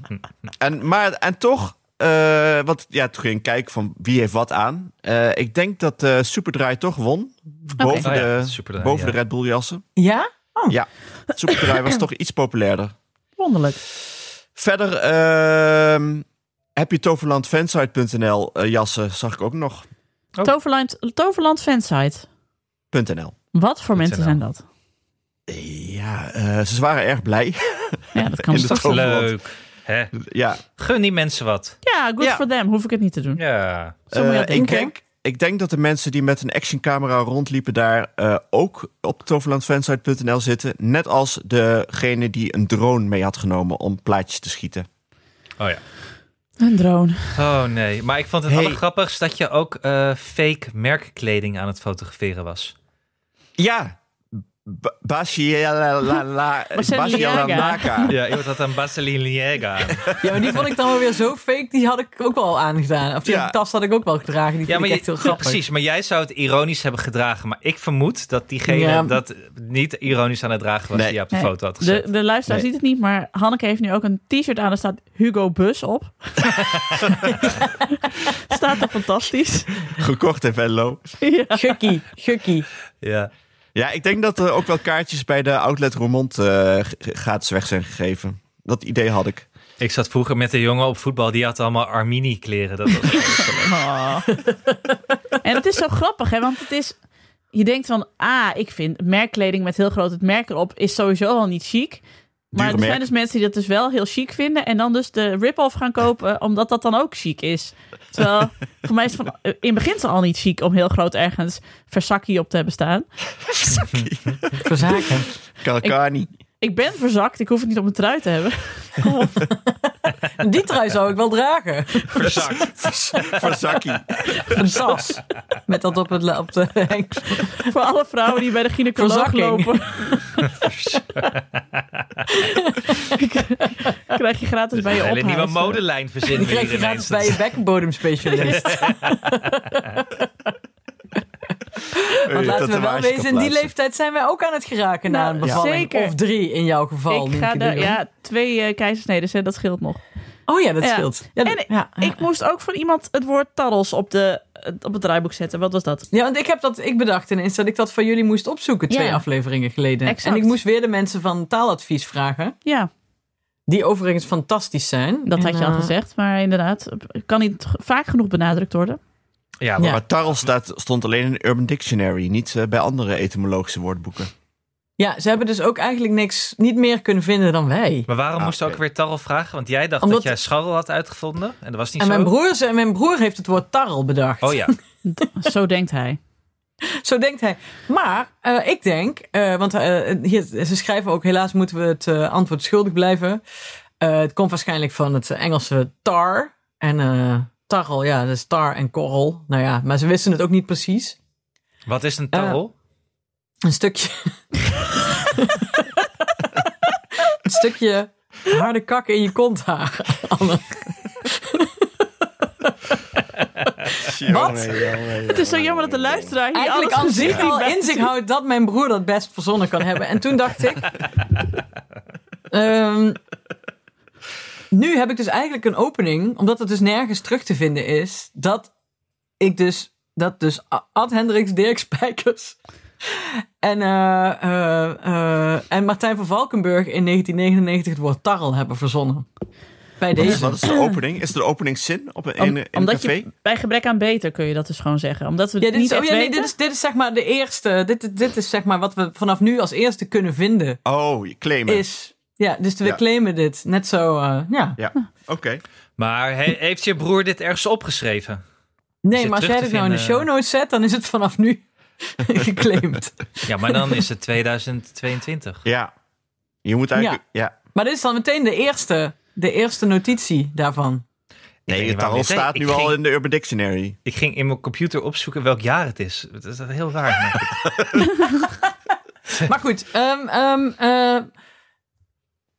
Speaker 1: en, maar, en toch, eh, want ja, toen ging ik kijken van wie heeft wat aan. Eh, ik denk dat eh Superdry toch won. Boven,
Speaker 4: Oh ja,
Speaker 1: de,
Speaker 4: Superdry,
Speaker 1: boven
Speaker 4: ja.
Speaker 1: de Red Bull jassen.
Speaker 2: Ja?
Speaker 1: Ja, Superdry (clears throat) was toch iets populairder.
Speaker 3: wonderlijk.
Speaker 1: Verder ehm, heb je toverlandfansite.nl eh, jassen, zag ik ook nog.
Speaker 4: Oh.
Speaker 3: Toverland, Toverland fansite.
Speaker 1: .nl.
Speaker 3: Wat voor mensen
Speaker 4: NL.
Speaker 3: zijn dat?
Speaker 1: Ja, eh, ze waren erg blij.
Speaker 3: Ja, dat kan
Speaker 1: In de
Speaker 3: toch.
Speaker 1: toverland.
Speaker 4: Leuk. Hè?
Speaker 1: ja,
Speaker 4: Gun die mensen wat.
Speaker 3: Ja, good
Speaker 1: Ja.
Speaker 3: for them. Hoef ik het niet te doen.
Speaker 4: Ja.
Speaker 3: Zo moet je dat
Speaker 1: Eh, ik,
Speaker 3: denken.
Speaker 1: denk, ik denk dat de mensen die met een actioncamera rondliepen daar eh, ook op toverlandfansite.nl zitten. Net als degene die een drone mee had genomen om plaatjes te schieten.
Speaker 4: Oh ja.
Speaker 3: Een drone.
Speaker 4: Oh nee. Maar ik vond het
Speaker 1: Hey.
Speaker 4: allergrappigst dat je ook eh, fake merkkleding aan het fotograferen was.
Speaker 1: Ja, B- Basiela-
Speaker 3: Basiliaga.
Speaker 1: Basilanaka.
Speaker 4: Ja, (laughs) iemand had een Vaseline Liega. aan.
Speaker 2: Ja, maar die vond ik dan wel weer zo fake. Die had ik ook wel aangedaan. Of die
Speaker 1: Ja.
Speaker 2: tas had ik ook wel gedragen. Die
Speaker 4: Ja,
Speaker 2: vind
Speaker 4: maar
Speaker 2: ik
Speaker 4: je-
Speaker 2: echt heel (laughs) grappig.
Speaker 4: precies. Maar jij zou het ironisch hebben gedragen. Maar ik vermoed dat diegene
Speaker 2: Ja.
Speaker 4: dat niet ironisch aan het dragen was
Speaker 1: Nee.
Speaker 4: die je op de
Speaker 3: Nee.
Speaker 4: foto had gezet.
Speaker 3: De, de luisteraar
Speaker 1: Nee.
Speaker 3: ziet het niet, maar Hanneke heeft nu ook een t-shirt aan. Daar staat Hugo Bus op. (laughs) staat er fantastisch.
Speaker 1: Gekocht in Venlo.
Speaker 3: ja.
Speaker 2: Gukkie, gukkie.
Speaker 4: Ja.
Speaker 1: Ja, ik denk dat er ook wel kaartjes bij de outlet Roermond eh, g- gratis weg zijn gegeven. Dat idee had ik.
Speaker 4: Ik zat vroeger met een jongen op voetbal. Die had allemaal Armini kleren. Dat was
Speaker 3: Oh. en het is zo grappig, hè? Want het is. Je denkt van, ah, ik vind merkkleding met heel groot het merk erop is sowieso al niet chic. Maar er
Speaker 1: merk.
Speaker 3: zijn dus mensen die dat dus wel heel chic vinden. En dan dus de rip-off gaan kopen, omdat dat dan ook chic is. Terwijl, voor mij is het van, in het beginsel al niet chic om heel groot ergens Versace op te hebben staan.
Speaker 2: Verzaken.
Speaker 1: Karakani.
Speaker 3: Ik ben verzakt, ik hoef het niet op mijn trui te hebben. (laughs)
Speaker 2: Die trui zou ik wel dragen.
Speaker 4: verzakt.
Speaker 1: Voor Zaki.
Speaker 2: Een tas. Met dat op, het, la- op de henk.
Speaker 3: Voor alle vrouwen die bij de gynaecoloog
Speaker 2: Verzakking.
Speaker 3: lopen. (laughs) Krijg je gratis bij je
Speaker 4: Een hele nieuwe
Speaker 3: ophuizen.
Speaker 4: modelijn
Speaker 2: Die
Speaker 4: verzinnen we
Speaker 2: krijg
Speaker 4: hier
Speaker 2: je gratis bij
Speaker 4: ineens.
Speaker 2: je bekkenbodemspecialist. Want laten we wel wezen, in die leeftijd zijn wij ook aan het geraken na
Speaker 3: Nou,
Speaker 2: een bevalling.
Speaker 3: zeker.
Speaker 2: Of drie in jouw geval.
Speaker 3: Ik
Speaker 2: nu
Speaker 3: ga
Speaker 2: ik het
Speaker 3: daar,
Speaker 2: bedoel.
Speaker 3: ja, twee eh keizersneden, hè, dat scheelt nog.
Speaker 2: Oh ja, dat
Speaker 3: Ja.
Speaker 2: scheelt. Ja, dat-
Speaker 3: En
Speaker 2: ja, ja.
Speaker 3: Ik moest ook van iemand het woord tarrels op, de, op het draaiboek zetten. Wat was dat?
Speaker 2: Ja, want ik heb dat, ik bedacht ineens dat ik dat van jullie moest opzoeken twee
Speaker 3: Ja.
Speaker 2: afleveringen geleden.
Speaker 3: Exact.
Speaker 2: En ik moest weer de mensen van taaladvies vragen,
Speaker 3: Ja,
Speaker 2: die overigens fantastisch zijn.
Speaker 3: dat had
Speaker 2: En,
Speaker 3: je al
Speaker 2: eh,
Speaker 3: gezegd. Maar inderdaad, kan niet g- vaak genoeg benadrukt worden.
Speaker 4: Ja,
Speaker 2: Ja.
Speaker 1: Maar tarrel staat, stond alleen in Urban Dictionary, niet eh, bij andere etymologische woordboeken.
Speaker 2: Ja, ze hebben dus ook eigenlijk niks, niet meer kunnen vinden dan wij.
Speaker 4: Maar waarom
Speaker 1: Ah,
Speaker 4: moest je ook
Speaker 1: oké.
Speaker 4: weer tarrel vragen? Want jij dacht
Speaker 2: Omdat-
Speaker 4: dat jij scharrel had uitgevonden. En dat was niet
Speaker 2: En
Speaker 4: zo.
Speaker 2: mijn broer, ze- en mijn broer heeft het woord tarrel bedacht.
Speaker 4: Oh ja.
Speaker 3: Zo denkt hij.
Speaker 2: Zo denkt hij. Maar eh, ik denk, eh, want eh, hier, ze schrijven ook, helaas moeten we het eh, antwoord schuldig blijven. Eh, het komt waarschijnlijk van het Engelse tar. En eh, tarrel, ja, dat is tar en korrel. Nou ja, maar ze wisten het ook niet precies.
Speaker 4: Wat is een tarrel?
Speaker 2: Een stukje. (laughs) een stukje harde kak in je kont haar. Anne. Wat?
Speaker 3: (laughs) Het is zo jammer dat de luisteraar hier
Speaker 2: Eigenlijk
Speaker 3: alles
Speaker 2: aan zich
Speaker 3: gezien
Speaker 2: al
Speaker 3: bij- (laughs)
Speaker 2: in zich houdt dat mijn broer dat best verzonnen kan hebben. En toen dacht ik. ehm, nu heb ik dus eigenlijk een opening, omdat het dus nergens terug te vinden is, dat ik dus. Dat dus A- Ad Hendricks, Dirk Spijkers (laughs) en, eh, eh, eh, en Martijn van Valkenburg in 1999 het woord tarrel hebben verzonnen. Bij
Speaker 1: Wat is,
Speaker 2: deze.
Speaker 1: wat is de opening? Is er de openingszin op een, in,
Speaker 3: Om-
Speaker 1: in een
Speaker 3: omdat
Speaker 1: café?
Speaker 3: je bij gebrek aan beter kun je dat dus gewoon zeggen. Omdat we
Speaker 2: Ja,
Speaker 3: het
Speaker 2: dit
Speaker 3: niet
Speaker 2: is, oh
Speaker 3: echt
Speaker 2: ja, nee,
Speaker 3: weten.
Speaker 2: dit, is, dit is zeg maar de eerste. Dit, dit is zeg maar wat we vanaf nu als eerste kunnen vinden.
Speaker 1: Oh, je claimen.
Speaker 2: is. Ja, dus we
Speaker 1: Ja.
Speaker 2: claimen dit. Net zo, eh, ja.
Speaker 1: Ja, oké.
Speaker 4: Maar he- heeft je broer dit ergens opgeschreven?
Speaker 2: Nee,
Speaker 4: het
Speaker 2: maar als
Speaker 4: terug
Speaker 2: jij
Speaker 4: te
Speaker 2: dit nou in de
Speaker 4: vinden?
Speaker 2: show notes zet, dan is het vanaf nu geclaimd.
Speaker 4: Ja, maar dan
Speaker 2: (laughs)
Speaker 4: is het 2022.
Speaker 1: Ja. Je moet eigenlijk... Ja.
Speaker 2: maar dit is dan meteen de eerste, de eerste notitie daarvan.
Speaker 4: Ik weet
Speaker 1: Nee,
Speaker 4: niet
Speaker 1: het
Speaker 4: waarom
Speaker 1: tarrel
Speaker 4: dit-
Speaker 1: staat
Speaker 4: ik
Speaker 1: nu al
Speaker 4: ging-
Speaker 1: in de Urban Dictionary.
Speaker 4: Ik ging in mijn computer opzoeken welk jaar het is. Dat is heel raar.
Speaker 2: (laughs)
Speaker 4: merk ik.
Speaker 2: Maar goed, ehm, ehm, eh,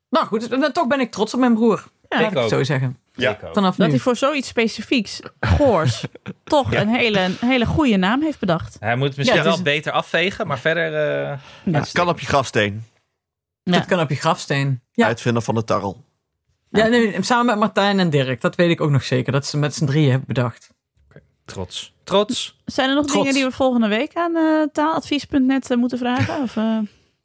Speaker 2: nou goed, dan toch ben ik trots op mijn broer. Ja,
Speaker 4: ik
Speaker 2: laat ik het
Speaker 4: ook.
Speaker 2: zo zeggen.
Speaker 1: Ja.
Speaker 4: Ik ook.
Speaker 2: Vanaf
Speaker 3: Dat
Speaker 2: nu.
Speaker 3: hij voor zoiets specifieks,
Speaker 1: (laughs)
Speaker 3: goors, toch een hele, een hele goede naam heeft bedacht.
Speaker 4: Hij moet het misschien
Speaker 2: Ja, het
Speaker 4: wel
Speaker 2: is-
Speaker 4: beter afvegen, maar verder... eh,
Speaker 1: Het kan op je grafsteen.
Speaker 2: Dat kan op je grafsteen. Ja,
Speaker 1: Uitvinder van de tarrel.
Speaker 2: ja nee, samen met Martijn en Dirk. Dat weet ik ook nog zeker. Dat ze met z'n drieën hebben bedacht.
Speaker 4: trots. Trots.
Speaker 3: Zijn er nog
Speaker 2: Trots.
Speaker 3: dingen die we volgende week aan eh, taaladvies.net eh, moeten vragen? Of, eh,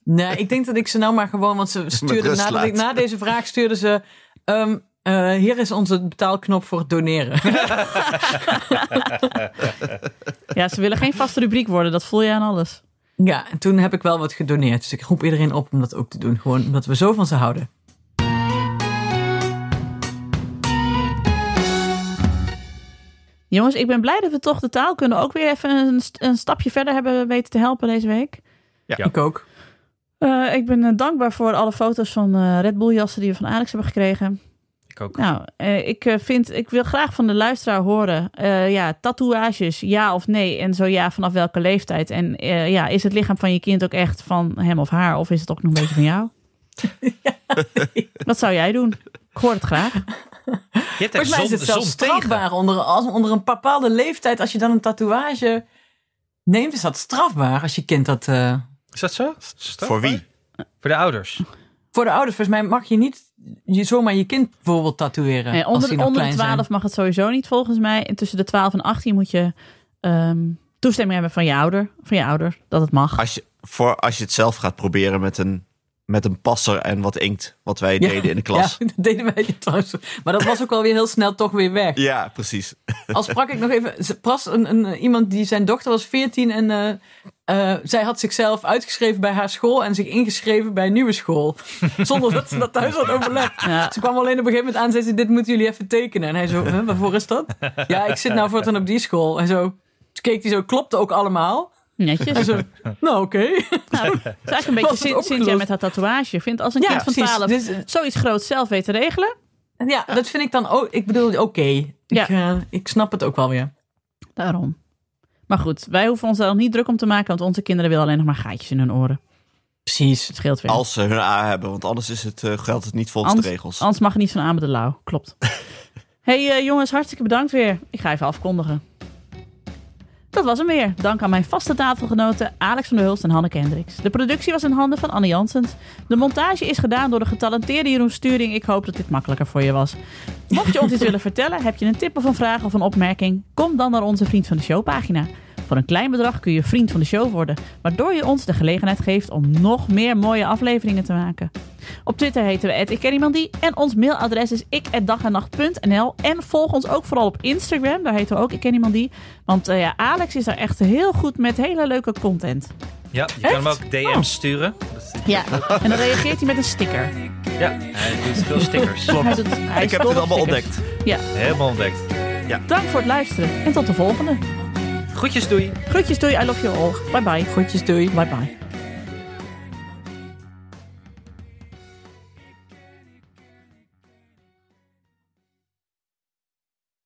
Speaker 2: Nee, ik denk dat ik ze nou maar gewoon, want ze stuurde
Speaker 1: rust
Speaker 2: na,
Speaker 1: laat.
Speaker 2: ik, na deze vraag stuurde ze. ehm, eh, hier is onze betaalknop voor het doneren. (laughs)
Speaker 3: ja, ze willen geen vaste rubriek worden. Dat voel je aan alles.
Speaker 2: ja, en toen heb ik wel wat gedoneerd. Dus ik roep iedereen op om dat ook te doen. Gewoon omdat we zo van ze houden.
Speaker 3: Jongens, ik ben blij dat we toch de taalkunde ook weer even een, st- een stapje verder hebben weten te helpen deze week.
Speaker 4: Ja.
Speaker 2: Ik ook.
Speaker 3: Eh, ik ben eh, dankbaar voor alle foto's van eh, Red Bull jassen die we van Alex hebben gekregen.
Speaker 4: Ik ook.
Speaker 3: Nou, eh, ik, eh, vind, ik wil graag van de luisteraar horen. eh, ja, tatoeages, ja of nee? En zo ja, vanaf welke leeftijd? En eh, ja, is het lichaam van je kind ook echt van hem of haar? Of is het ook nog een beetje van jou? Wat zou jij doen? Ik hoor het graag.
Speaker 4: Je hebt echt
Speaker 2: Volgens mij is
Speaker 4: zon,
Speaker 2: het zelfs
Speaker 4: zon tegen.
Speaker 2: strafbaar. Onder, als, onder een bepaalde leeftijd, als je dan een tatoeage neemt, is dat strafbaar als je kind dat. eh,
Speaker 4: Is dat zo? Is dat
Speaker 1: Voor
Speaker 4: waar?
Speaker 1: wie?
Speaker 4: Voor de ouders.
Speaker 2: voor de ouders, volgens mij mag je niet je, zomaar je kind bijvoorbeeld tatoeëren.
Speaker 3: Nee,
Speaker 2: als
Speaker 3: Eh, onder
Speaker 2: die nog
Speaker 3: onder de
Speaker 2: klein zijn.
Speaker 3: 12 mag het sowieso niet, volgens mij. En tussen de 12 en 18 moet je ehm, toestemming hebben van je ouder. Van je ouder, dat het
Speaker 2: Ah.
Speaker 3: mag.
Speaker 1: Als je, voor, als je het zelf gaat proberen met een, met een passer en wat inkt. Wat wij
Speaker 2: Ja.
Speaker 1: deden in de klas.
Speaker 2: Ja, (laughs) dat deden wij trouwens. Maar dat was ook wel weer heel snel toch weer weg.
Speaker 1: Ja, precies.
Speaker 2: Al sprak ik nog even. ze- Pas een, een, iemand die zijn dochter was 14 en eh, eh, zij had zichzelf uitgeschreven bij haar school en zich ingeschreven bij een nieuwe school. (laughs) Zonder dat ze dat thuis had overlegd.
Speaker 3: Ja.
Speaker 2: Ze kwam alleen op een gegeven moment aan en zei ze: Dit moeten jullie even tekenen. En hij zo: huh, Waarvoor
Speaker 3: (laughs)
Speaker 2: is dat? Ja, ik zit nou voortaan op die school. En zo. Toen keek hij zo, klopte ook allemaal. (laughs)
Speaker 3: Netjes.
Speaker 2: En zo, nou oké.
Speaker 3: Nou, het is eigenlijk een
Speaker 2: Was
Speaker 3: beetje
Speaker 2: het
Speaker 3: Sin-
Speaker 2: opgelost?
Speaker 3: Cynthia met haar tatoeage. Vindt als een
Speaker 2: Ja,
Speaker 3: kind van
Speaker 2: precies.
Speaker 3: 12
Speaker 2: Dus, eh,
Speaker 3: zoiets groots zelf weet te regelen.
Speaker 2: Ja, dat vind ik dan ook. Ik bedoel, oké.
Speaker 3: Ja.
Speaker 2: Ik, eh, ik snap het ook wel weer.
Speaker 3: Daarom. Maar goed, wij hoeven ons daar nog niet druk om te maken, want onze kinderen willen alleen nog maar gaatjes in hun oren.
Speaker 2: Precies.
Speaker 3: Het scheelt weer.
Speaker 1: Als ze hun A hebben. Want anders is het, eh, geldt het niet volgens de regels.
Speaker 3: Anders mag het niet van aan met de lauw.
Speaker 1: (laughs)
Speaker 3: Klopt. hey, eh, jongens, hartstikke bedankt weer. Ik ga even afkondigen. Dat was hem weer. Dank aan mijn vaste tafelgenoten Alex van der Hulst en Hanneke Hendricks. De productie was in handen van Annie Janssens. De montage is gedaan door de getalenteerde Jeroen Sturing. Ik hoop dat dit makkelijker voor je was. Mocht je ons
Speaker 1: (laughs)
Speaker 3: iets willen vertellen, heb je een tip of een vraag of een opmerking, kom dan naar onze Vriend van de Show pagina. Voor een klein bedrag kun je vriend van de show worden, waardoor je ons de gelegenheid geeft om nog meer mooie afleveringen te maken. Op Twitter heten we @ikkenniemandie en ons mailadres is ik@dagennacht.nl en volg ons ook vooral op Instagram, daar heten we ook ik ken iemand die, want eh, ja, Alex is daar echt heel goed met hele leuke content.
Speaker 4: Ja, je kan hem ook
Speaker 2: Oh.
Speaker 4: DM's sturen. Dat-
Speaker 3: Ja, en dan reageert hij met een sticker.
Speaker 4: Ja, hij doet veel stickers.
Speaker 3: Hij doet- hij
Speaker 1: Ik
Speaker 3: is
Speaker 1: heb
Speaker 3: dol
Speaker 1: dit
Speaker 3: op
Speaker 1: allemaal
Speaker 3: stickers.
Speaker 1: ontdekt.
Speaker 3: Ja,
Speaker 4: Helemaal ontdekt.
Speaker 3: dank voor het luisteren en tot de volgende.
Speaker 4: Groetjes, doei.
Speaker 3: Groetjes doei, I love you all. Bye bye.
Speaker 2: Groetjes, doei.
Speaker 3: Bye bye.